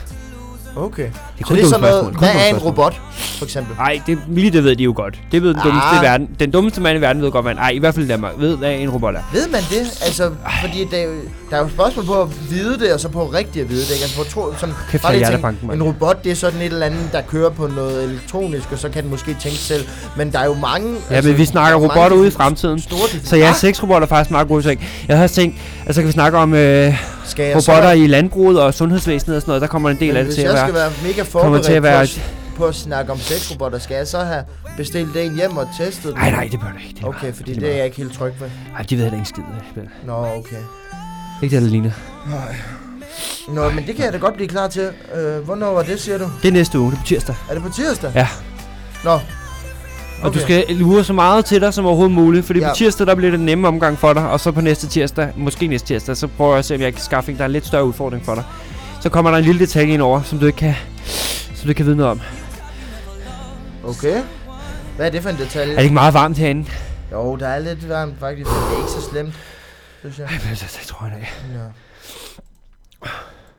S3: Okay.
S2: Det er
S3: Så
S2: kun
S3: det er
S2: dumme
S3: sådan noget,
S2: spørgsmål. Kun
S3: hvad
S2: dumme
S3: er en
S2: spørgsmål.
S3: robot, for eksempel?
S2: Ej, det, lige det ved de jo godt. Det ved den dummeste
S3: Ah.
S2: i verden. Den dummeste mand i verden ved godt, hvad en, ej, i hvert fald i Danmark, ved, hvad en robot er.
S3: Ved man det? Altså, fordi der, er jo- der er jo et spørgsmål på at vide det, og så på rigtigt at vide det, ikke? Altså, på tro, sådan,
S2: Kæft,
S3: bare
S2: jeg
S3: lige
S2: er
S3: tænke,
S2: hjertebanken, mand.
S3: en robot, det er sådan et eller andet, der kører på noget elektronisk, og så kan den måske tænke selv. Men der er jo mange... altså,
S2: Ja, men vi snakker
S3: mange
S2: robotter ude i
S3: diffus-
S2: fremtiden.
S3: Store diffus-
S2: Så ja, sexrobotter er faktisk meget gode ting. Jeg havde også tænkt, altså kan vi snakke om øh,
S3: Ah, skal jeg
S2: robotter i landbruget og sundhedsvæsenet og sådan noget. Der kommer en del af
S3: Men
S2: det
S3: hvis
S2: til at
S3: jeg
S2: være.
S3: skal være mega
S2: kommer
S3: forberedt
S2: til at
S3: på,
S2: være
S3: at, på at snakke om sexrobotter, skal jeg så have bestilt en hjem og testet den?
S2: Nej, nej, det bør du ikke. Det er
S3: Okay,
S2: meget-
S3: fordi
S2: er
S3: det er
S2: meget.
S3: jeg ikke helt tryg ved.
S2: Ej, de ved heller ikke en skid. vel?
S3: Nå, okay.
S2: Ikke det, der ligner.
S3: Nå, men det kan jeg da godt blive klar til. Øh, hvornår var det, siger du?
S2: Det er næste uge, det er på tirsdag.
S3: Er det på tirsdag?
S2: Ja.
S3: Nå.
S2: Og du skal lure så meget til dig som overhovedet muligt, fordi
S3: Ja.
S2: ja. på tirsdag, der bliver det en nemme omgang for dig, og så på næste tirsdag, måske næste tirsdag, så prøver jeg at se, om jeg kan skaffe en, der er en lidt større udfordring for dig. Så kommer der en lille detalje ind over, som du ikke kan, som du ikke kan vide noget om.
S3: Okay. Hvad er det for en detalje?
S2: Er det ikke meget varmt herinde?
S3: Jo, der er lidt varmt faktisk, men det er ikke så slemt, synes jeg.
S2: Ej, men så, så tror jeg da ikke.
S3: Nå.